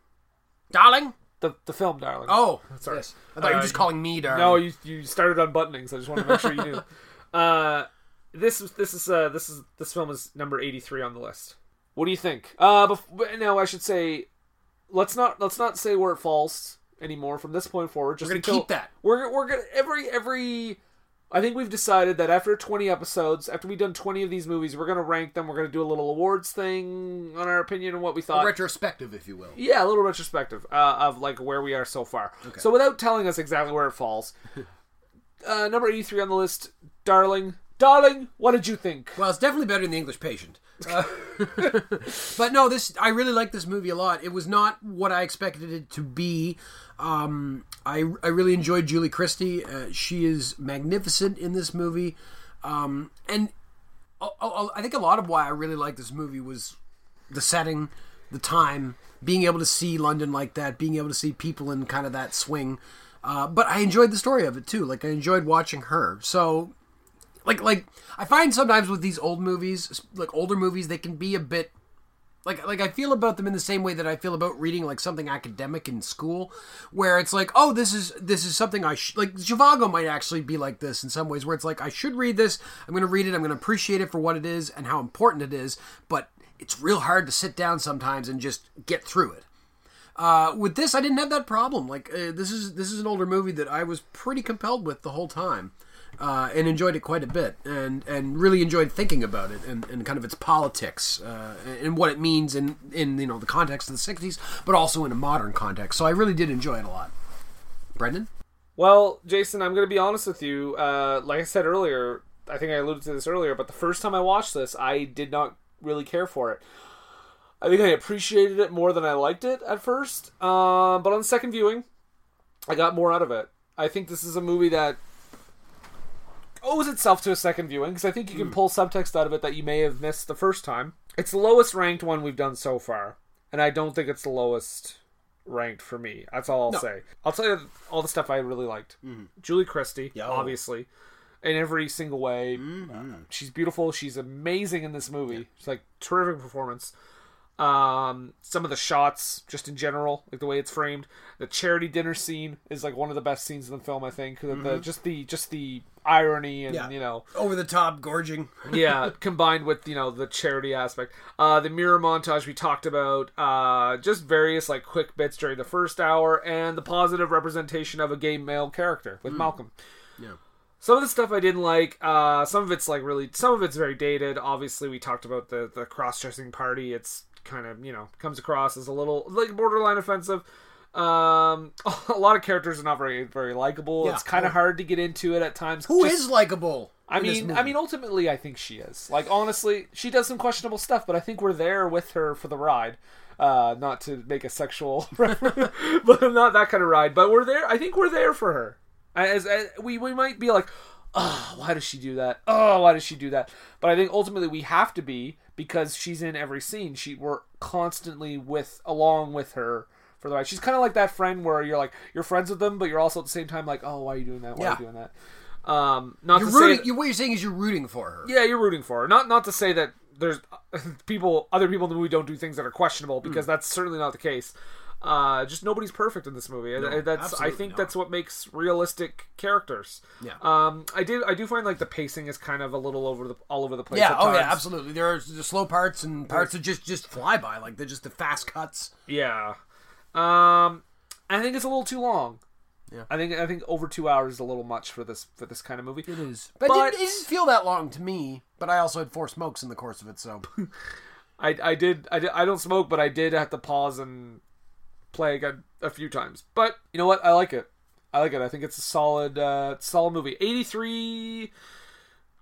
S1: darling.
S2: the the film, darling.
S1: Oh,
S2: sorry.
S1: yes. I thought you were just calling me darling.
S2: Uh, No, you you started unbuttoning, so I just wanted to make sure you <laughs> knew. Uh, this is this is uh, this is this film is number eighty three on the list. What do you think? Uh, bef- no, I should say, let's not let's not say where it falls anymore from this point forward. Just
S1: We're gonna
S2: until-
S1: keep that.
S2: We're we're gonna every every. I think we've decided that after 20 episodes, after we've done 20 of these movies, we're going to rank them. We're going to do a little awards thing on our opinion and what we thought.
S1: A retrospective, if you will.
S2: Yeah, a little retrospective uh, of like where we are so far.
S1: Okay.
S2: So without telling us exactly where it falls, uh, number eighty three on the list, darling, darling, what did you think?
S1: Well, it's definitely better than The English Patient. Uh, <laughs> but no, this I really like this movie a lot. It was not what I expected it to be. Um, I I really enjoyed Julie Christie. Uh, she is magnificent in this movie, um, and I, I I think a lot of why I really liked this movie was the setting, the time, being able to see London like that, being able to see people in kind of that swing. Uh, but I enjoyed the story of it too. Like I enjoyed watching her. So like like I find sometimes with these old movies, like older movies, they can be a bit like like I feel about them in the same way that I feel about reading like something academic in school, where it's like, oh, this is this is something I sh-. like. Zhivago might actually be like this in some ways, where it's like I should read this. I'm going to read it. I'm going to appreciate it for what it is and how important it is. But it's real hard to sit down sometimes and just get through it. Uh, with this, I didn't have that problem. Like uh, this is this is an older movie that I was pretty compelled with the whole time, uh, and enjoyed it quite a bit, and and really enjoyed thinking about it and, and kind of its politics uh, and what it means in in you know the context of the '60s, but also in a modern context. So I really did enjoy it a lot. Brendan,
S2: Well, Jason, I'm going to be honest with you. Uh, like I said earlier, I think I alluded to this earlier, but the first time I watched this, I did not really care for it. I think I appreciated it more than I liked it at first, um, but on second viewing, I got more out of it. I think this is a movie that owes itself to a second viewing because I think you can pull subtext out of it that you may have missed the first time. It's the lowest ranked one we've done so far, and I don't think it's the lowest ranked for me. That's all I'll
S4: No.
S2: say. I'll tell you all the stuff I really liked. Julie Christie, obviously, in every single way. She's beautiful. She's amazing in this movie. It's like terrific performance. Um, some of the shots, just in general, like the way it's framed. The charity dinner scene is like one of the best scenes in the film. I think The- the,
S1: Mhm.
S2: just the just the irony and
S1: Yeah.
S2: you know
S1: Over the top gorging.
S2: yeah, combined with you know the charity aspect, uh, the mirror montage we talked about, uh, just various like quick bits during the first hour, and the positive representation of a gay male character with
S1: Hmm.
S4: Mm.
S2: Malcolm.
S3: Yeah.
S2: Some of the stuff I didn't like. Uh, some of it's like really. Some of it's very dated. Obviously, we talked about the the cross dressing party. It's kind of you know comes across as a little like borderline offensive. Um, <laughs> a lot of characters are not very very likable.
S1: Yeah.
S2: It's kind of hard to get into it at times.
S1: Who is
S2: Just-
S1: likable?
S2: I
S1: in this
S2: mean,
S1: movie?
S2: I mean, ultimately, I think she is. Like, honestly, she does some questionable stuff, but I think we're there with her for the ride. Uh, not to make a sexual, <laughs> reference, but not that kind of ride. But we're there. I think we're there for her. As, as we we might be like, oh, why does she do that? Oh, why does she do that? But I think ultimately we have to be because she's in every scene. She we're constantly with along with her for the ride. She's kind of like that friend where you're like you're friends with them, but you're also at the same time like, oh, why are you doing that? Why
S1: Yeah.
S2: are you doing that? Um, not
S1: you're
S2: to say
S1: rooting,
S2: that-
S1: you- what you're saying is you're rooting for her.
S2: yeah, you're rooting for her. Not not to say that there's <laughs> people, other people in the movie don't do things that are questionable because
S1: Mm.
S2: that's certainly not the case. Uh, just nobody's perfect in this movie. And-
S1: No,
S2: and that's I
S1: absolutely
S2: think
S1: not.
S2: that's what makes realistic characters.
S1: Yeah.
S2: Um, I did I do find like the pacing is kind of a little over the all over the place.
S1: Yeah,
S2: at
S1: oh yeah,
S2: times.
S1: absolutely. There are the slow parts and parts that just just fly by, like they're just the fast cuts.
S2: Yeah. Um, I think it's a little too long.
S1: Yeah.
S2: I think I think over two hours is a little much for this for this kind of movie. It
S1: is, But, it, didn't, it didn't feel that long to me. But I also had four smokes in the course of it,
S2: <laughs>
S1: so
S2: I, I did I did I don't smoke, but I did have to pause and play again a few times. But you know what? I like it. I like it. I think it's a solid uh, solid movie. Eighty three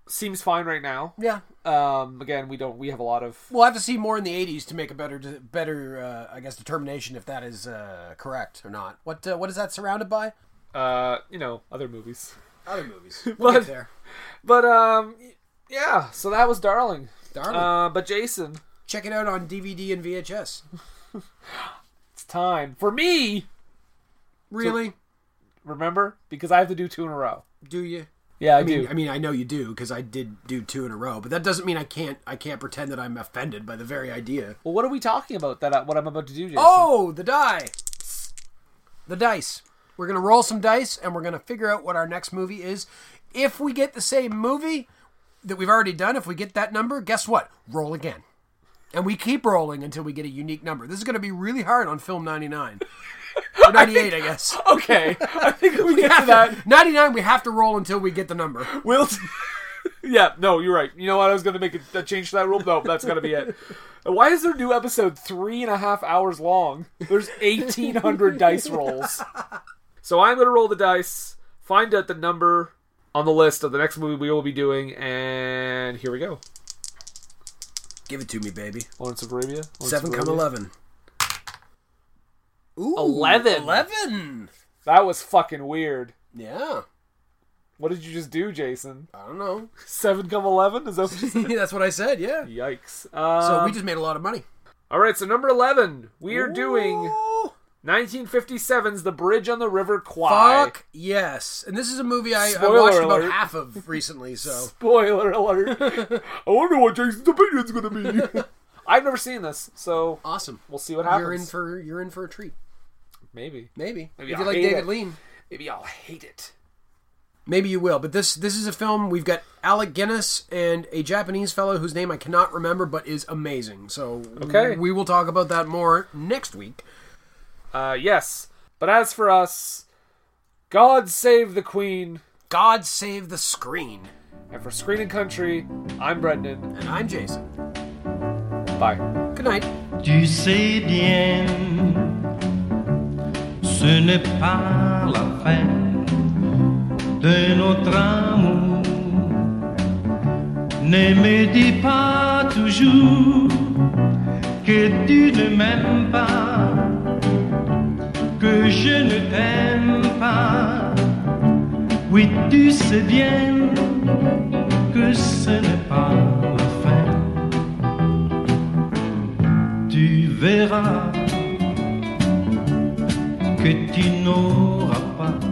S2: seems fine right now.
S1: Yeah.
S2: Um. Again, we don't we have a lot of
S1: we'll have to see more in the '80s to make a better de- better uh, I guess determination if that is uh, correct or not. What uh, what is that surrounded by?
S2: uh you know other movies.
S1: Other movies.
S2: <laughs> But-
S1: We'll get there.
S2: But um yeah. So that was darling.
S1: Darling.
S2: Uh, but Jason,
S1: check it out on DVD and VHS.
S2: it's time for me.
S1: Really?
S2: remember, because I have to do two in a row.
S1: Do you?
S2: Yeah, I,
S1: mean,
S2: do.
S1: I mean, I know you do because I did do two in a row, but that doesn't mean I can't. I can't pretend that I'm offended by the very idea.
S2: Well, what are we talking about? That I, what I'm about to do, Jason?
S1: Oh, the die, the dice. We're gonna roll some dice, and we're gonna figure out what our next movie is. If we get the same movie that we've already done, if we get that number, guess what? Roll again, and we keep rolling until we get a unique number. This is gonna be really hard on film <laughs> 99 or 98, I, guess.
S2: Okay, I <laughs> think we, get to
S1: have <laughs>
S2: that.
S1: 99. We have to roll until we get the number.
S2: We'll. <laughs> Yeah, no, you're right. You know what? I was going to make a, a change to that rule. No, that's going to be it. Why is their new episode three and a half hours long? There's
S1: <laughs>
S2: 1,800 dice rolls. So I'm going to roll the dice, find out the number on the list of the next movie we will be doing, and here we go.
S1: Give it to me, baby.
S2: Lawrence of Arabia. Lawrence of
S1: Seven come
S2: Arabia.
S1: eleven. Ooh,
S2: 11.
S1: 11.
S2: That was fucking weird.
S1: Yeah.
S2: What did you just do, Jason? <laughs>
S1: I don't know. <laughs>
S2: Seven come eleven? Is that what you said?
S1: That's what I said. Yeah.
S2: Yikes.
S1: so we
S2: Um,
S1: just made a lot of money.
S2: All right, so number 11, we are doing 1957's The Bridge on the River Kwai.
S1: Fuck yes! And this is a movie I, I
S2: Spoiler
S1: watched
S2: alert.
S1: about half
S2: <laughs>
S1: of recently. So
S2: <laughs> Spoiler alert. <laughs> I wonder what Jason's opinion's going to be. <laughs> I've never seen this, so
S1: awesome.
S2: We'll see what happens.
S1: you're in for you're in for a treat.
S2: maybe.
S1: Maybe,
S2: Maybe
S1: if
S2: I'll
S1: you like
S2: hate
S1: David
S2: it.
S1: Lean,
S2: Maybe I'll hate it.
S1: maybe you will. But this this is a film we've got Alec Guinness and a Japanese fellow whose name I cannot remember, but is amazing. So
S2: Okay.
S1: we will talk about that more next week.
S2: Uh, yes, but as for us, God save the Queen.
S1: God save the screen.
S2: And for Screen and Country, I'm Brendan.
S1: And I'm Jason.
S2: Bye.
S1: Good night.
S17: Tu sais bien, ce n'est pas la fin de notre amour. Ne me dis pas toujours que tu ne m'aimes pas, que je ne t'aime pas. Oui, tu sais bien que ce n'est pas la fin. Tu verras que tu n'auras pas.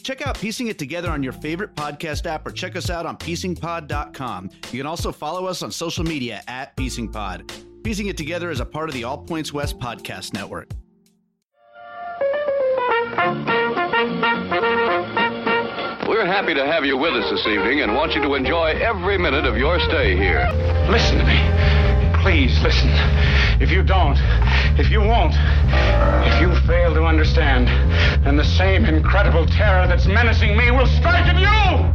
S18: Check out Piecing It Together on your favorite podcast app or check us out on piecingpod.com. You can also follow us on social media at piecingpod. Piecing It Together is a part of the All Points West Podcast Network.
S19: We're happy to have you with us this evening and want you to enjoy every minute of your stay here.
S20: Listen to me. Please listen. If you don't, if you won't, if you fail to understand, then the same incredible terror that's menacing me will strike at you!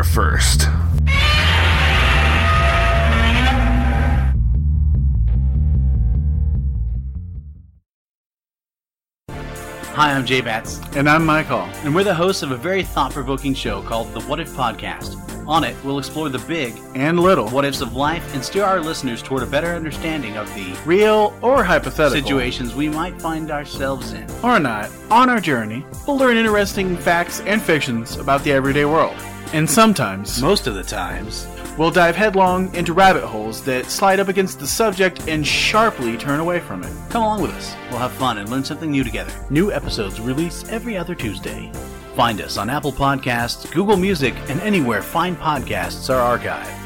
S21: first.
S22: Hi, I'm Jay Batts. And I'm Michael. And we're the hosts of a very thought provoking show called The What If Podcast. On it, we'll explore the big and little what ifs of life and steer our listeners toward a better understanding of the
S23: real or hypothetical
S22: situations we might find ourselves in.
S23: or not on our journey we'll learn interesting facts and fictions about the everyday world and sometimes
S22: most of the times
S23: we'll dive headlong into rabbit holes that slide up against the subject and sharply turn away from it
S22: Come along with us. We'll have fun and learn something new together. New episodes release every other Tuesday. Find us on Apple Podcasts, Google Music, and anywhere fine podcasts are archived.